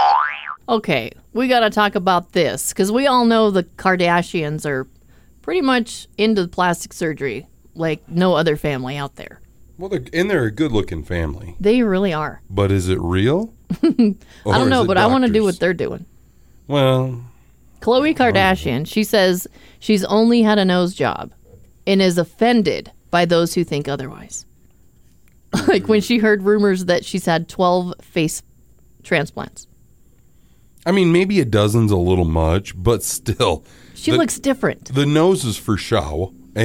Okay, we got to talk about this because we all know the Kardashians are pretty much into plastic surgery like no other family out there. well they're and they're a good looking family. They really are. But is it real? [LAUGHS] I don't know, but I want to do what they're doing. Well, Khloe Kardashian, she says she's only had a nose job and is offended by those who think otherwise. [LAUGHS] like when she heard rumors that she's had 12 face transplants. I mean, maybe a dozen's a little much, but still, She The- looks different. the nose is for show,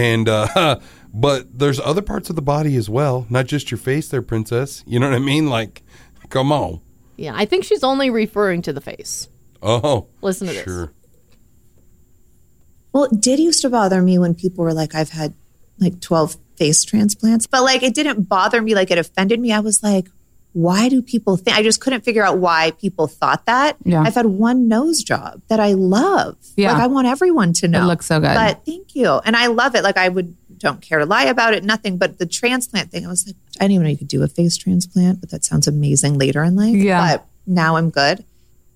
and uh, [LAUGHS] but there's other parts of the body as well, not just your face, there, princess. You know what I mean? Like, come on. Yeah, I think she's only referring to the face. Oh, Listen to this. sure. Well, it did used to bother me when people were like, I've had like 12 face transplants, but like it didn't bother me. Like it offended me. I was like, why do people think? I just couldn't figure out why people thought that. Yeah. I've had one nose job that I love. Yeah. Like I want everyone to know. looks so good. But thank you. And I love it. Like I would don't care to lie about it, nothing. But the transplant thing, I was like, I didn't even know you could do a face transplant, but that sounds amazing later in life. Yeah. But now I'm good.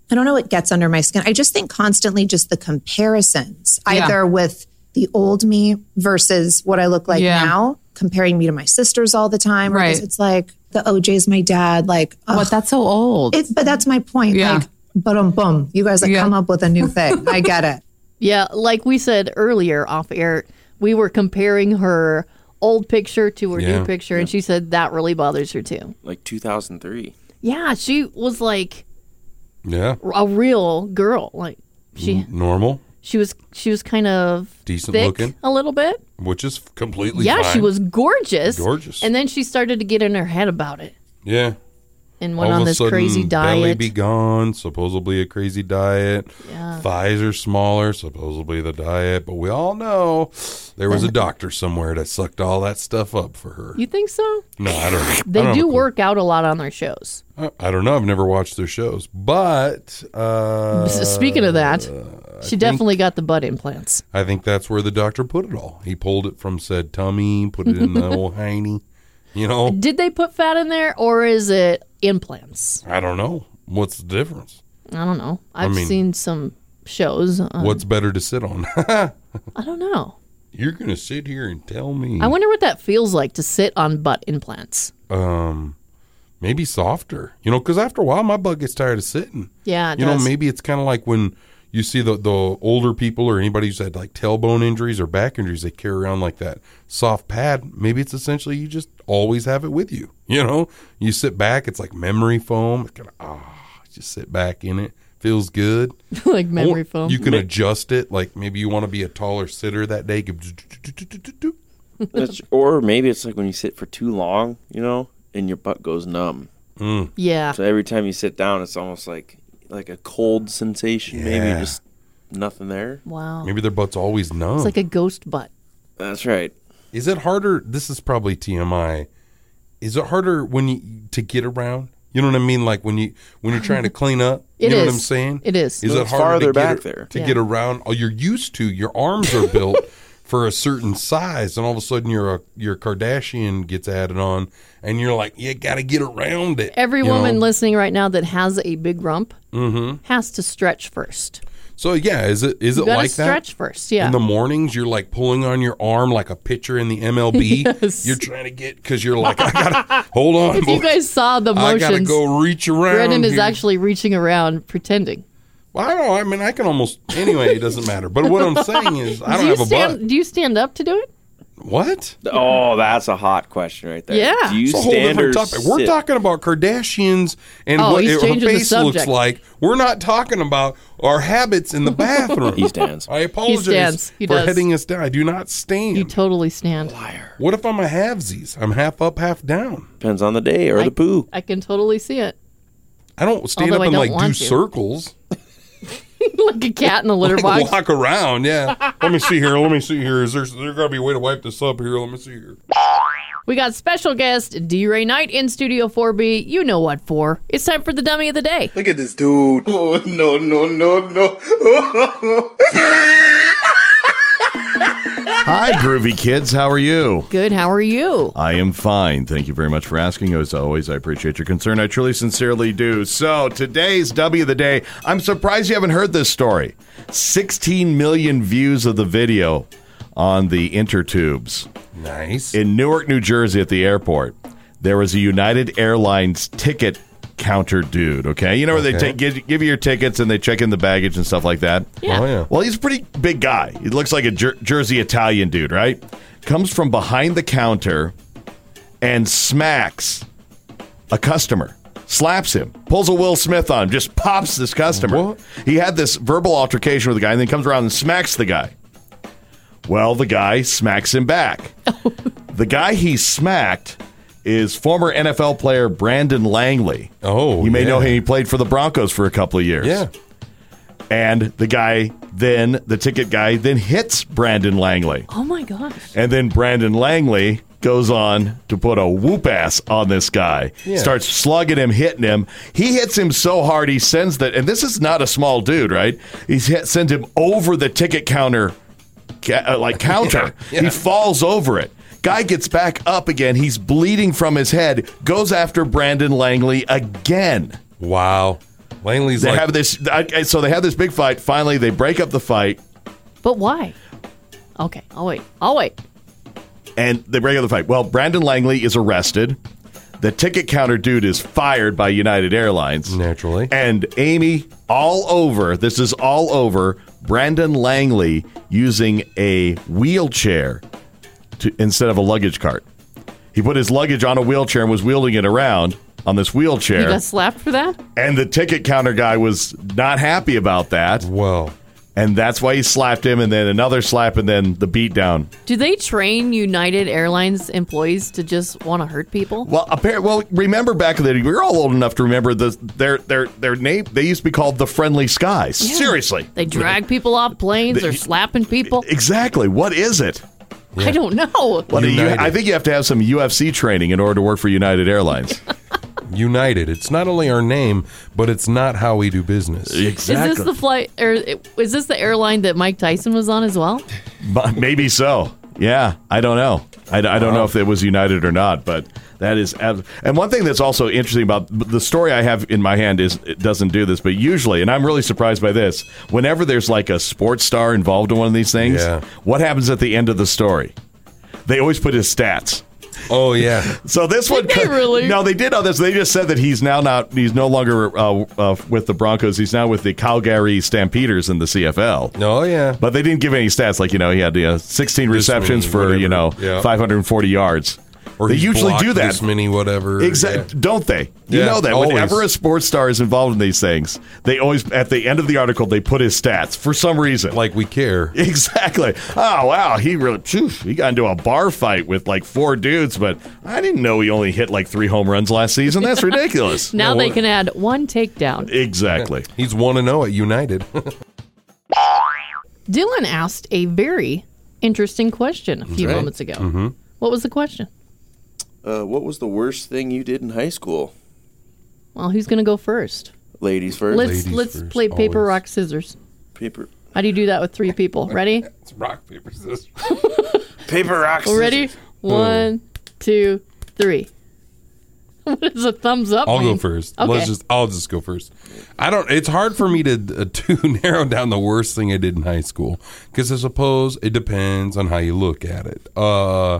I don't know what gets under my skin. I just think constantly just the comparisons, Yeah. either with the old me versus what I look like Yeah. now, comparing me to my sisters all the time. or Right. just- It's like the OJ's my dad. Like, ugh. But that's so old. It, but that's my point. Yeah. Like, boom, boom. You guys like Yeah. come up with a new thing. I get it. Yeah, like we said earlier off air, we were comparing her old picture to her Yeah. new picture, and she said that really bothers her too. Like 2003. Yeah, she was like Yeah. a real girl. Like she Normal, she was she was kind of Decent thick looking. a little bit. which is completely Yeah, she fine. was gorgeous. Gorgeous. And then she started to get in her head about it Yeah. and went All on of a this sudden, crazy Belly diet. be gone, supposedly a crazy diet. Yeah. Thighs are smaller, supposedly the diet. But we all know there was a doctor somewhere that sucked all that stuff up for her. you think so? No, I don't. I They don't have a do clue. work out a lot on their shows. I- I don't know. I've never watched their shows, but uh, S- Speaking of that, she definitely got the butt implants. I think that's where the doctor put it all. He pulled it from said tummy, put it [LAUGHS] in the old hiney. You know, Did they put fat in there or is it implants? I don't know what's the difference. I don't know. I've mean- seen some shows. Uh, What's better to sit on? [LAUGHS] I don't know. You're gonna sit here and tell me? I wonder what that feels like to sit on butt implants. um, maybe softer. You know, because after a while, my butt gets tired of sitting. Yeah, it you does. know, maybe it's kind of like when you see the the older people or anybody who's had like tailbone injuries or back injuries, they carry around like that soft pad. Maybe it's essentially you just always have it with you. You know, you sit back, it's like memory foam. It's kind of ah, just sit back in it. Feels good. [LAUGHS] like memory Or foam. You can adjust it. Like maybe you want to be a taller sitter that day. you can- That's, or maybe it's like when you sit for too long, you know, and your butt goes numb. yeah. So every time you sit down, it's almost like like a cold sensation. Yeah. Maybe just nothing there. Wow. Maybe their butt's always numb. It's like a ghost butt. That's right. Is it harder? This is probably TMI. Is it harder when you to get around? You know what I mean? Like when you when you're [LAUGHS] trying to clean up. It you know what is. I'm saying? It is. Is it It's harder to get, farther back there. to Yeah. get around? Oh, you're used to. Your arms are built [LAUGHS] for a certain size, and all of a sudden you're a your Kardashian gets added on, and you're like, you got to get around it. Every you woman know? Hmm? Mm-hmm. listening right now that has a big rump has to stretch first. So yeah, is it is You it gotta like stretch that? first. Yeah. In the mornings, you're like pulling on your arm like a pitcher in [LAUGHS] the MLB. You're trying to get because you're like, I gotta hold on. if you boy. guys saw the I motions, gotta go reach around. Brendan is here. actually reaching around pretending. Well, I don't. know. I mean, I can almost. Anyway, it doesn't matter. But what I'm saying is, [LAUGHS] I do don't you have a stand? butt. Do you stand up to do it? What? Oh, that's a hot question right there. Yeah. Do you It's a whole stand or different topic. We're sit? talking about Kardashians and Oh, what he's it- her changing the face looks subject. like. We're not talking about our [LAUGHS] habits in the bathroom. [LAUGHS] He stands. I apologize stands. He for does. heading us down. I do not stand. You totally stand. what if I'm a halvesies? I'm half up, half down. Depends on the day or the poo. I can totally see it, [LAUGHS] I don't stand Although up I and don't like do want to. circles. like a cat in a litter box. Walk around. Yeah. let me see here. Let me see here. Is there there gotta be a way to wipe this up here? Let me see here. We got special guest D. Ray Knight in Studio 4B. You know what for? It's time for the dummy of the day. Look at this dude. Oh, no, no, no, [LAUGHS] no. Hi, groovy kids. How are you? Good. How are you? I am fine. Thank you very much for asking. As always, I appreciate your concern. I truly, sincerely do. So, today's W of the Day. I'm surprised you haven't heard this story. 16 million views of the video on the intertubes. Nice. In Newark, New Jersey, at the airport, there was a United Airlines ticket counter dude, okay? You know where they Okay. take, give, give you your tickets and they check in the baggage and stuff like that? Yeah. Oh yeah. Well, he's a pretty big guy. He looks like a Jer- Jersey Italian dude, right? Comes from behind the counter and smacks a customer, slaps him, pulls a Will Smith on him, just pops this customer. What? He had this verbal altercation with the guy and then comes around and smacks the guy. Well, the guy smacks [LAUGHS] him back. the guy he smacked is former NFL player Brandon Langley. Oh, you may yeah. know him. He played for the Broncos for a couple of years. Yeah. And the guy then, the ticket guy, then hits Brandon Langley. Oh my gosh. And then Brandon Langley goes on to put a whoop ass on this guy. Yeah. Starts slugging him, hitting him. He hits him so hard, he sends that, and this is not a small dude, right? He hit, sends him over the ticket counter, ca- uh, like counter. [LAUGHS] Yeah, yeah. He falls over it. Guy gets back up again. He's bleeding from his head, goes after Brandon Langley again Wow. Langley's they like have this I, I- so they have this big fight finally they break up the fight But why? Okay. I'll wait. I'll wait. and they break up the fight well brandon langley is arrested The ticket counter dude is fired by United Airlines. Naturally. And Amy, all over, this is all over, Brandon Langley using a wheelchair to, instead of a luggage cart. He put his luggage on a wheelchair and was wielding it around on this wheelchair. You got slapped for that? And the ticket counter guy was not happy about that. Whoa. And that's why he slapped him, and then another slap, and then the beatdown. Do they train United Airlines employees to just want to hurt people? Well, apparently, well, remember back in the day, we were all old enough to remember the their their their name. They used to be called the Friendly Skies. Seriously, They drag people off planes or slapping people? exactly. What is it? I don't know. What do you- United. I think you have to have some UFC training in order to work for United Airlines. United. It's not only our name, but it's not how we do business. exactly. [LAUGHS] Is this the flight or is this the airline that Mike Tyson was on as well? But [LAUGHS] Maybe so. Yeah, I don't know. I, I don't know if it was United or not, but that is. Ab- and one thing that's also interesting about the story I have in my hand is it doesn't do this, but usually, and I'm really surprised by this, whenever there's like a sports star involved in one of these things, Yeah. what happens at the end of the story? They always put his stats. Oh yeah. So this one, they really? [LAUGHS] No, they did on this. They just said that he's now not. He's no longer uh, uh, with the Broncos. He's now with the Calgary Stampeders in the CFL. Oh yeah. But they didn't give any stats. Like you know, he had uh, 16 receptions many, for whatever. you know Yeah. 540 yards. Or they he's usually blocked do that. This many whatever. Exactly, Yeah. don't they? You Yeah, know that always. whenever a sports star is involved in these things, they always at the end of the article they put his stats for some reason. Like we care. [LAUGHS] Exactly. Oh wow, he really phew, he got into a bar fight with like four dudes, but I didn't know he only hit like three home runs last season. That's [LAUGHS] ridiculous. Now they can add one takedown. exactly. He's one to zero at United. [LAUGHS] Dylan asked a very interesting question a few moments ago. Mm-hmm. What was the question? Uh, what was the worst thing you did in high school? Well, who's going to go first? Ladies 1st Let's Ladies let's first, play paper always. rock scissors. paper, How do you do that with three people? [LAUGHS] Ready? it's rock paper scissors. paper rocks. We're ready. One, two, three. [LAUGHS] What is a thumbs up? I'll go mean? first. Okay. Let's just. I'll just go first. I don't. It's hard for me to uh, [LAUGHS] to narrow down the worst thing I did in high school because I suppose it depends on how you look at it. Uh,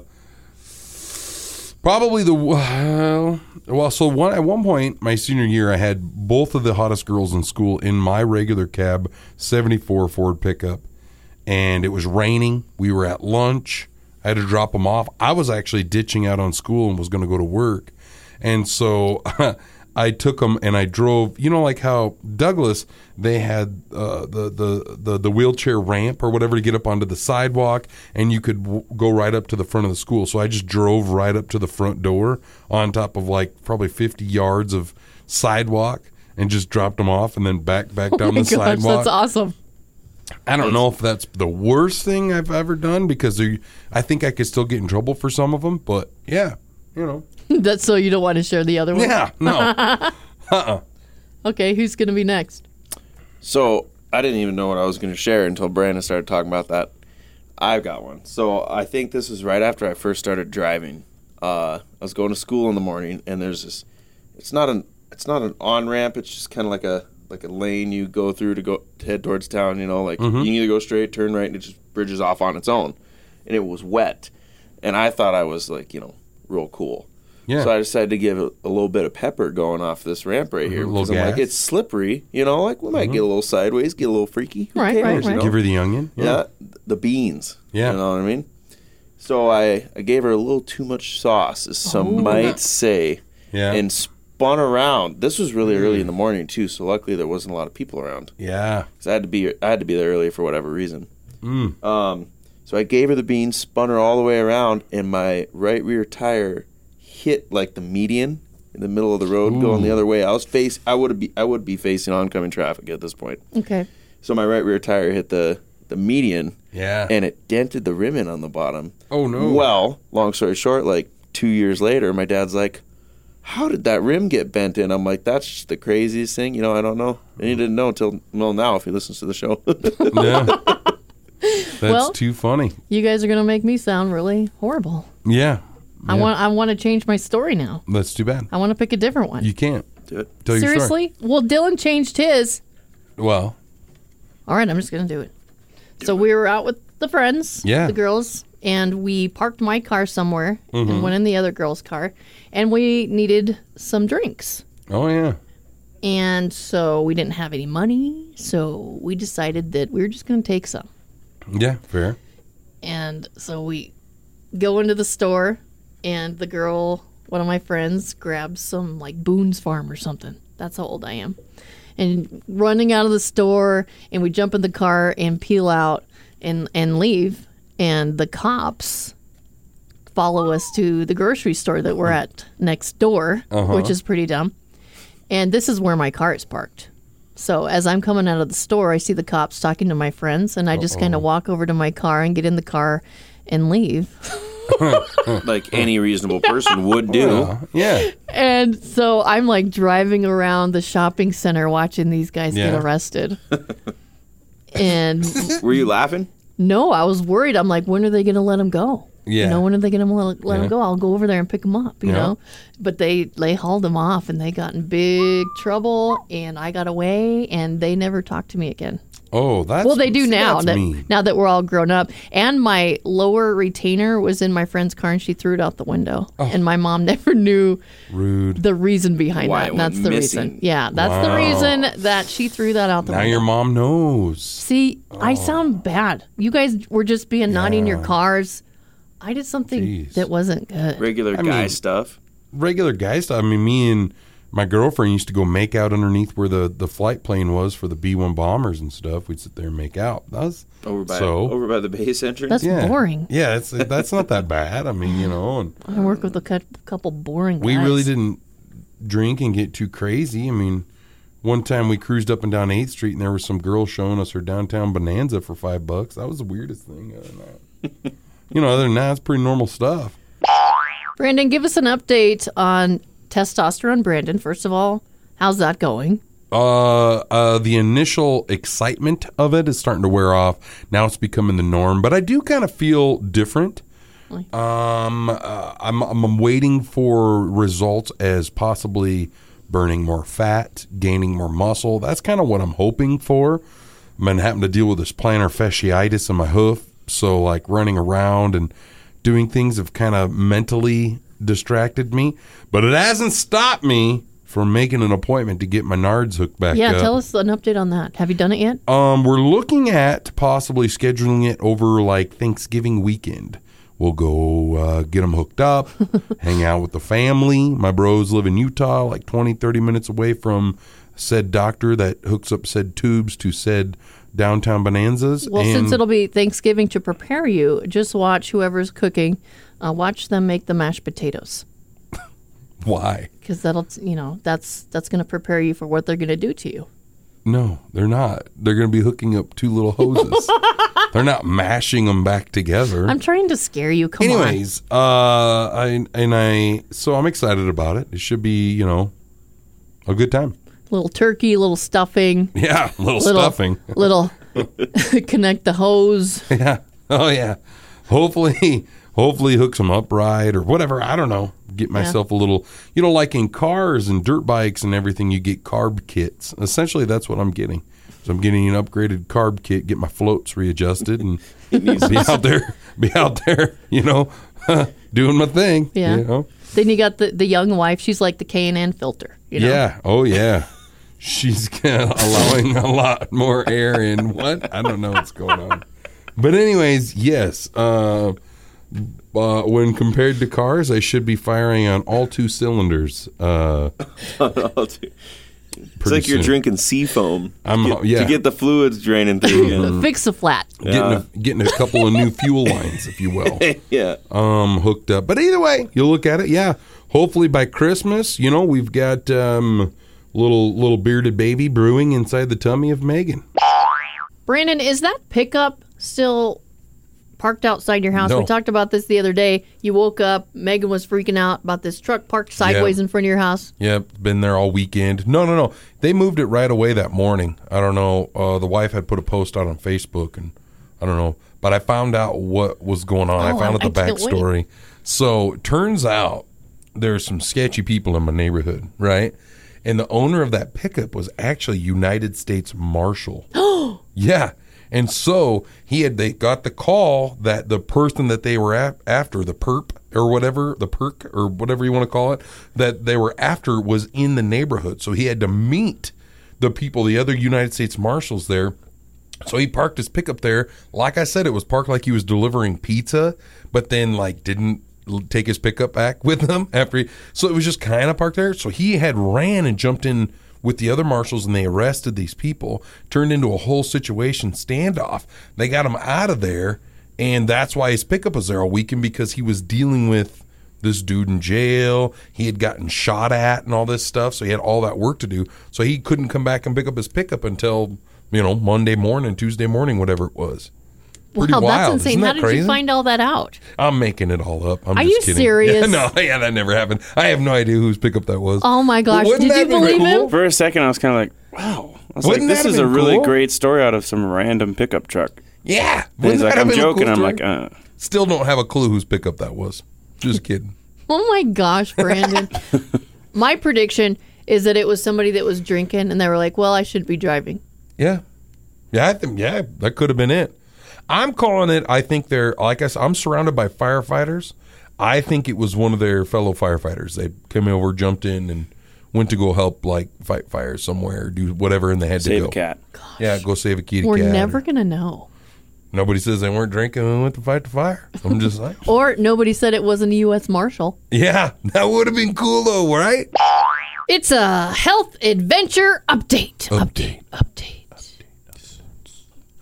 probably the well. Well, so one at one point my senior year, I had both of the hottest girls in school in my regular cab, seventy four Ford pickup, and it was raining. We were at lunch. I had to drop them off. I was actually ditching out on school and was going to go to work. And so [LAUGHS] I took them and I drove. You know, like how Douglas they had uh, the, the the the wheelchair ramp or whatever to get up onto the sidewalk, and you could w- go right up to the front of the school. So I just drove right up to the front door on top of like probably fifty yards of sidewalk and just dropped them off and then back back Oh down my the [LAUGHS] gosh, sidewalk. that's awesome. [LAUGHS] I don't know if that's the worst thing I've ever done because there, I think I could still get in trouble for some of them. But yeah, you know, That's so you don't want to share the other one. yeah, [LAUGHS] no, Okay, who's going to be next? So I didn't even know what I was going to share until Brandon started talking about that. I've got one. So I think this is right after I first started driving. Uh, I was going to school in the morning, and there's this. It's not an. It's not an on ramp. It's just kind of like a like a lane you go through to go to head towards town. You know, like you can either go straight, turn right, and it just bridges off on its own. And it was wet, and I thought I was like you know real cool. Yeah. So I decided to give it a little bit of pepper going off this ramp right here Mhm, a because little I'm gas. like Mm-hmm. it's slippery, you know, like we might get a little sideways, get a little freaky. Who Right, cares, right, you right. know? give her the onion. yeah, the beans. Yeah. You know what I mean? So I, I gave her a little too much sauce, as some might say, yeah, Mm. and spun around. This was really early in the morning too, so luckily there wasn't a lot of people around yeah. because I had to be I had to be there early for whatever reason. Um, so I gave her the bean, spun her all the way around, and my right rear tire hit like the median in the middle of the road, going the other way. I was face I would be I would be facing oncoming traffic at this point. Okay. So my right rear tire hit the the median, Yeah. and it dented the rim in on the bottom. Oh, no. Well, long story short, like two years later, my dad's like. How did that rim get bent in? I'm like, that's just the craziest thing. You know, I don't know. And he didn't know until, well, now if he listens to the show. [LAUGHS] [LAUGHS] Yeah. [LAUGHS] That's Well- too funny. You guys are going to make me sound really horrible. Yeah. I Yeah. want I want to change my story now. That's too bad. I want to pick a different one. You can't Do it. tell your story. Seriously? Well, Dylan changed his. Well, All right, I'm just going to do it. so we were out with the friends, Yeah. the girls, and we parked my car somewhere and went in the other girl's car, and we needed some drinks. Oh yeah. And so we didn't have any money, so we decided that we were just going to take some. Yeah, fair. And so we go into the store, and the girl, one of my friends, grabs some like Boone's Farm or something. That's how old I am. And running out of the store, and we jump in the car and peel out and, and leave. And the cops follow us to the grocery store that we're at next door, which is pretty dumb. And this is where my car is parked. So as I'm coming out of the store, I see the cops talking to my friends, and I just kind of walk over to my car and get in the car and leave. like any reasonable person would do. Uh-huh. Yeah. And so I'm like driving around the shopping center watching these guys Yeah. get [LAUGHS] arrested. and Were you laughing? no, I was worried. I'm like, when are they going to let him go? Yeah. You know, when are they going to let, let Yeah. him go? I'll go over there and pick him up, you Yeah. know? But they, they hauled him off and they got in big trouble and I got away and they never talked to me again. Oh, that's Well, they do see, now. That's That, mean. now that we're all grown up, and my lower retainer was in my friend's car, and she threw it out the window, Oh. and my mom [LAUGHS] never knew [LAUGHS] Rude. the reason behind Why that. it That's went the missing. reason. Yeah, that's the reason that she threw that out the Now window. your mom knows. See, I Oh. sound bad. You guys were just being naughty in your cars. I did something Jeez. that wasn't good. Regular guy stuff. Regular guys. I mean, me and my girlfriend used to go make out underneath where the, the flight plane was for the B one bombers and stuff. We'd sit there and make out. That was Over by so over by the base entrance. That's yeah. boring. Yeah, it's, that's not that bad. I mean, you [LAUGHS] know, and I work with a cou- couple boring guys. we really didn't drink and get too crazy. I mean, one time we cruised up and down Eighth Street, and there was some girl showing us her downtown bonanza for five bucks. That was the weirdest thing. Other than that, [LAUGHS] you know, other than that, it's pretty normal stuff. Brandon, give us an update on testosterone. Brandon, first of all, how's that going? Uh, uh, the initial excitement of it is starting to wear off. Now it's becoming the norm, but I do kind of feel different. Um, uh, I'm, I'm I'm waiting for results as possibly burning more fat, gaining more muscle. That's kind of what I'm hoping for. I've been having to deal with this plantar fasciitis in my hoof, so like running around and doing things have kind of mentally distracted me, but it hasn't stopped me from making an appointment to get my nards hooked back Yeah, up. tell us an update on that. Have you done it yet? Um, we're looking at possibly scheduling it over like Thanksgiving weekend. We'll go uh, get them [LAUGHS] hooked up, hang out with the family. My bros live in Utah, like 20, 30 minutes away from said doctor that hooks up said tubes to said downtown bonanzas. Well, And- since it'll be Thanksgiving to prepare you, just watch whoever's cooking. Uh, watch them make the mashed potatoes why? because that'll you know that's that's going to prepare you for what they're going to do to you. No, they're not. They're going to be hooking up two [LAUGHS] little hoses. they're not mashing them back together. I'm trying to scare you. Come Anyways, uh, I and I so I'm excited about it. It should be you know a good time. on, little turkey, little stuffing, [LAUGHS] Yeah, a little, little stuffing. little [LAUGHS] connect the hose. [LAUGHS] Yeah. Oh yeah. Hopefully, [LAUGHS] hopefully hook some up right or whatever. I don't know. Get myself a little. You know, like in cars and dirt bikes and everything, you get carb kits. Essentially, that's what I'm getting. So I'm getting an upgraded carb kit. Get my floats readjusted and be out there. Be out there. You know, [LAUGHS] doing my thing. Yeah. You know? Then you got the the young wife. She's like the K and N filter. You know? Yeah. Oh, yeah. She's allowing a lot more air in. What? I don't know what's going on. But anyways, yes. Uh, uh, when compared to cars, I should be firing on all two cylinders. Uh, [LAUGHS] it's pretty like you're soon. drinking sea foam. I'm- to get, yeah. to get the fluids draining [LAUGHS] through you. Fix a flat. Getting a, getting a couple of new fuel lines, if you will. yeah. um, hooked up. But either way, you'll look at it. Yeah, hopefully by Christmas, you know, we've got um, little little bearded baby brewing inside the tummy of Megan. Brandon, is that pickup still parked outside your house? No. We talked about this the other day. You woke up, Megan was freaking out about this truck parked sideways in front of your house. Yep, been there all weekend. No, no, no. They moved it right away that morning. I don't know. Uh, the wife had put a post out on Facebook, and I don't know. But I found out what was going on. Oh, I found I- out the I can't backstory. So turns out there's some sketchy people in my neighborhood, right? And the owner of that pickup was actually United States Marshal. yeah. And so he had they got the call that the person that they were at, after the perp or whatever the perk or whatever you want to call it that they were after was in the neighborhood. So he had to meet the people, the other United States marshals there. So he parked his pickup there. Like I said, it was parked like he was delivering pizza, but then like didn't l- take his pickup back [LAUGHS] with him after. He, so it was just kind of parked there. So he had ran and jumped in with the other marshals, and they arrested these people. Turned into a whole situation standoff. They got him out of there, and that's why his pickup was there all weekend because he was dealing with this dude in jail. He had gotten shot at and all this stuff, so he had all that work to do. So he couldn't come back and pick up his pickup until you know Monday morning, Tuesday morning, whatever it was. Pretty wow, that's wild. insane. Isn't How that did crazy? you find all that out? I'm making it all up. I'm Are just you kidding. [LAUGHS] serious? Yeah, no, yeah, that never happened. I have no idea whose pickup that was. Oh my gosh, wouldn't did that you be believe cool? him? For a second, I was kind of like, wow. I was Wouldn't that like, this have is a been really cool? great story out of some random pickup truck. Yeah. And he's Wouldn't like, that have I'm been a cool joking. I'm story? like, uh. still don't have a clue whose pickup that was. Just [LAUGHS] kidding. Oh my gosh, [LAUGHS] Brandon. my prediction is that it was somebody that was drinking and they were like, well, I should be driving. Yeah. Yeah, I think yeah, that could have been it. I'm calling it I think they're like I said, I'm surrounded by firefighters. I think it was one of their fellow firefighters. They came over, jumped in and went to go help like fight fires somewhere, do whatever and they had Save to a go. cat. Yeah, go save a kitty We're cat. never going to know. Nobody says they weren't drinking and went to fight the fire. I'm just like [LAUGHS] Or nobody said it wasn't a U.S. Marshal. Yeah, that would have been cool though, right? It's a health adventure update. Update. Update.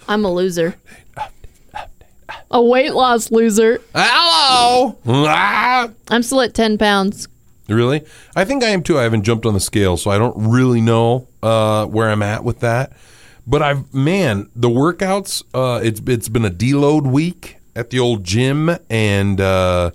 I'm a loser. A weight loss loser. Hello. Ah! I'm still at 10 pounds. Really? I think I am too. I haven't jumped on the scale, so I don't really know uh, where I'm at with that. But I've man, the workouts. Uh, it's it's been a deload week at the old gym, and uh,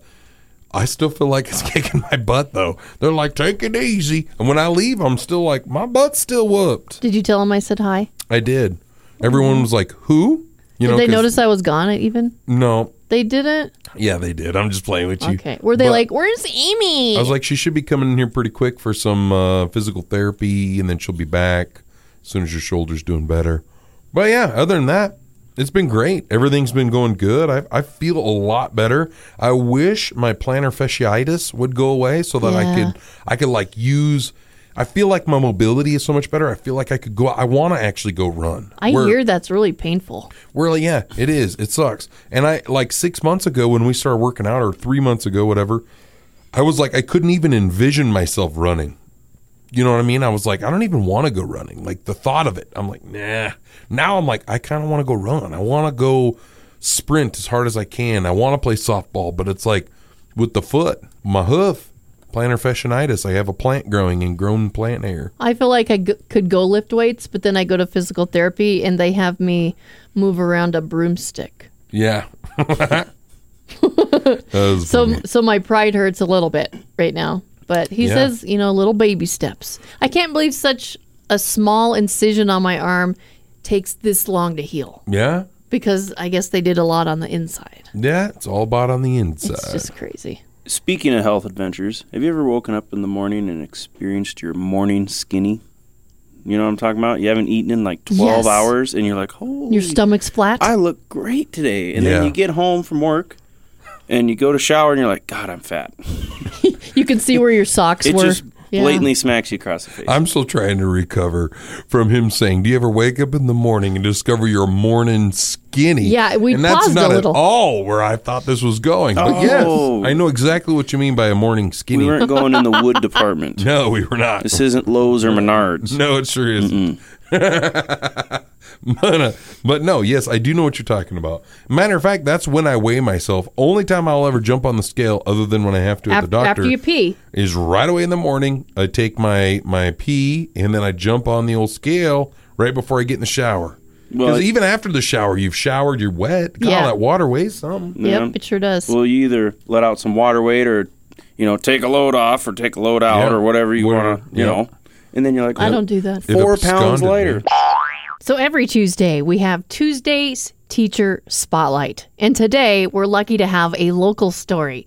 I still feel like it's [LAUGHS] kicking my butt though. They're like, take it easy, and when I leave, I'm still like, my butt's still whooped. Did you tell him I said hi? I did. Everyone was like, who? You Did they 'cause- notice I was gone even? No. They didn't? Yeah, they did. I'm just playing with you. Okay. Were they But- like, where's Amy? I was like, she should be coming in here pretty quick for some uh, physical therapy, and then she'll be back as soon as your shoulder's doing better. But yeah, other than that, it's been great. Everything's been going good. I, I feel a lot better. I wish my plantar fasciitis would go away so that I Yeah. could I could like use. I feel like my mobility is so much better. I feel like I could go. I want to actually go run. I Where- hear that's really painful. we're like, yeah, it is. It sucks. And I like six months ago when we started working out, or three months ago, whatever. I was like, I couldn't even envision myself running. You know what I mean? I was like, I don't even want to go running. Like the thought of it, I'm like, nah. Now I'm like, I kind of want to go run. I want to go sprint as hard as I can. I want to play softball, but it's like with the foot, my hoof, plantar fasciitis. I have a plant growing and grown plant hair. I feel like I g- could go lift weights, but then I go to physical therapy and they have me move around a broomstick. Yeah. [LAUGHS] That was So, Mm-hmm. funny. so my pride hurts a little bit right now. But he Yeah. says, you know, little baby steps. I can't believe such a small incision on my arm takes this long to heal yeah, because I guess they did a lot on the inside. yeah. It's all about on the inside. It's just crazy. Speaking of health adventures, have you ever woken up in the morning and experienced your morning skinny? You know what I'm talking about? You haven't eaten in like Yes. 12 hours and you're like, holy Your stomach's flat. I look great today. And Yeah. then you get home from work and you go to shower and you're like, God, I'm fat. you can see where your socks It were. just Yeah. blatantly smacks you across the face. I'm still trying to recover from him saying, "Do you ever wake up in the morning and discover you're morning skinny?" Yeah, we and that's paused a not little. at all where I thought this was going. But Oh. yes, I know exactly what you mean by a morning skinny. we weren't going in [LAUGHS] the wood department. no, we were not. This isn't Lowe's or Menards. No, it sure isn't. [LAUGHS] but, uh, but no, yes, I do know what you're talking about. Matter of fact, that's when I weigh myself. Only time I'll ever jump on the scale, other than when I have to at the after, doctor, after you pee. is right away in the morning. I take my my pee and then I jump on the old scale right before I get in the shower. Because Well, it- even after the shower, you've showered, you're wet. God, Yeah. that water weighs something. Yeah. Yep, it sure does. Well, you either let out some water weight or, you know, take a load off or take a load out Yeah. or whatever you Whatever. want to, you Yeah. know. And then you're like, I don't do that. It Four pounds absconded me. lighter. So every Tuesday, we have Tuesday's Teacher Spotlight. And today, we're lucky to have a local story.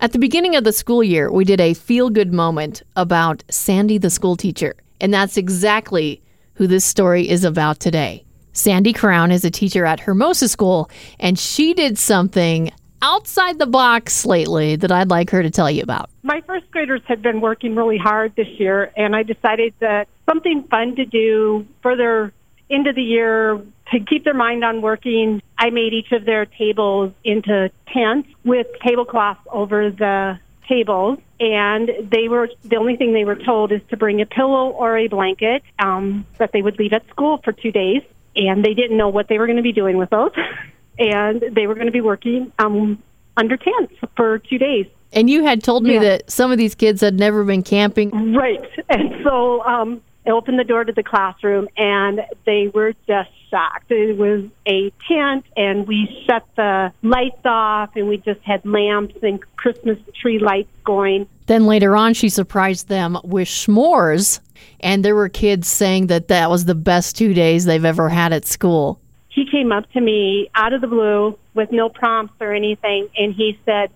At the beginning of the school year, we did a feel good moment about Sandy the school teacher. And that's exactly who this story is about today. Sandy Crown is a teacher at Hermosa School, and she did something outside the box lately that I'd like her to tell you about. My first graders had been working really hard this year, and I decided that something fun to do further into the year to keep their mind on working. I made each of their tables into tents with tablecloths over the tables, and they were the only thing they were told is to bring a pillow or a blanket um, that they would leave at school for two days, and they didn't know what they were going to be doing with those, [LAUGHS] and they were going to be working um, under tents for two days. And you had told me Yeah. that some of these kids had never been camping. Right. And so um, I opened the door to the classroom, and they were just shocked. It was a tent, and we shut the lights off, and we just had lamps and Christmas tree lights going. Then later on, she surprised them with s'mores, and there were kids saying that that was the best two days they've ever had at school. He came up to me out of the blue with no prompts or anything, and he said,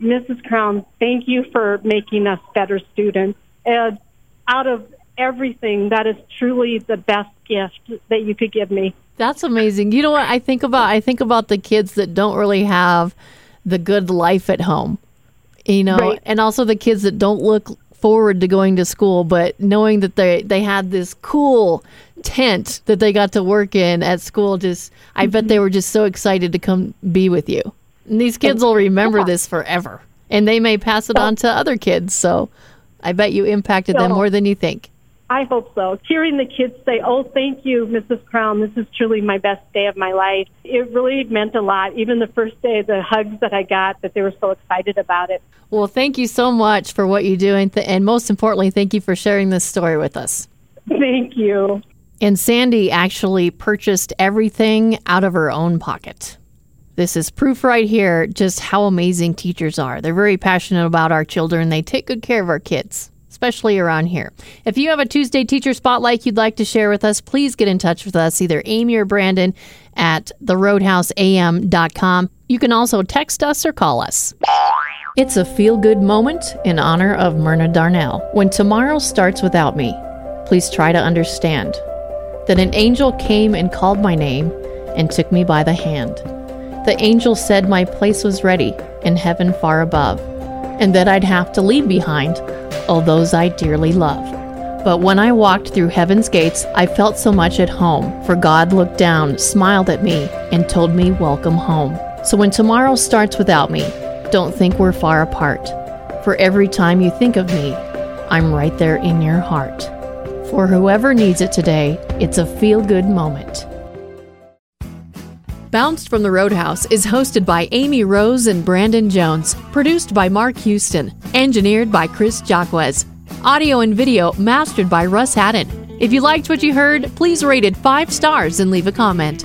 Mrs. Crown, thank you for making us better students. And out of everything, that is truly the best gift that you could give me. That's amazing. You know what I think about? I think about the kids that don't really have the good life at home, you know, Right. and also the kids that don't look forward to going to school, but knowing that they they had this cool tent that they got to work in at school. Just I bet they were just so excited to come be with you. And these kids will remember this forever, and they may pass it on to other kids. So I bet you impacted them Yeah. more than you think. I hope so. Hearing the kids say, "Oh, thank you, Mrs. Crown. This is truly my best day of my life." It really meant a lot. Even the first day, the hugs that I got, that they were so excited about it. Well, thank you so much for what you do. And, th- and most importantly, thank you for sharing this story with us. Thank you. And Sandy actually purchased everything out of her own pocket. This is proof right here just how amazing teachers are. They're very passionate about our children. They take good care of our kids, especially around here. If you have a Tuesday teacher spotlight you'd like to share with us, please get in touch with us, either Amy or Brandon at theroadhouseam.com. You can also text us or call us. It's a feel good moment in honor of Myrna Darnell. When tomorrow starts without me, please try to understand that an angel came and called my name and took me by the hand. The angel said my place was ready in heaven far above, and that I'd have to leave behind all those I dearly love. But when I walked through heaven's gates, I felt so much at home, for God looked down, smiled at me, and told me, Welcome home. So when tomorrow starts without me, don't think we're far apart, for every time you think of me, I'm right there in your heart. For whoever needs it today, it's a feel good moment. Bounced from the Roadhouse is hosted by Amy Rose and Brandon Jones, produced by Mark Houston, engineered by Chris Jacquez, audio and video mastered by Russ Haddon. If you liked what you heard, please rate it five stars and leave a comment.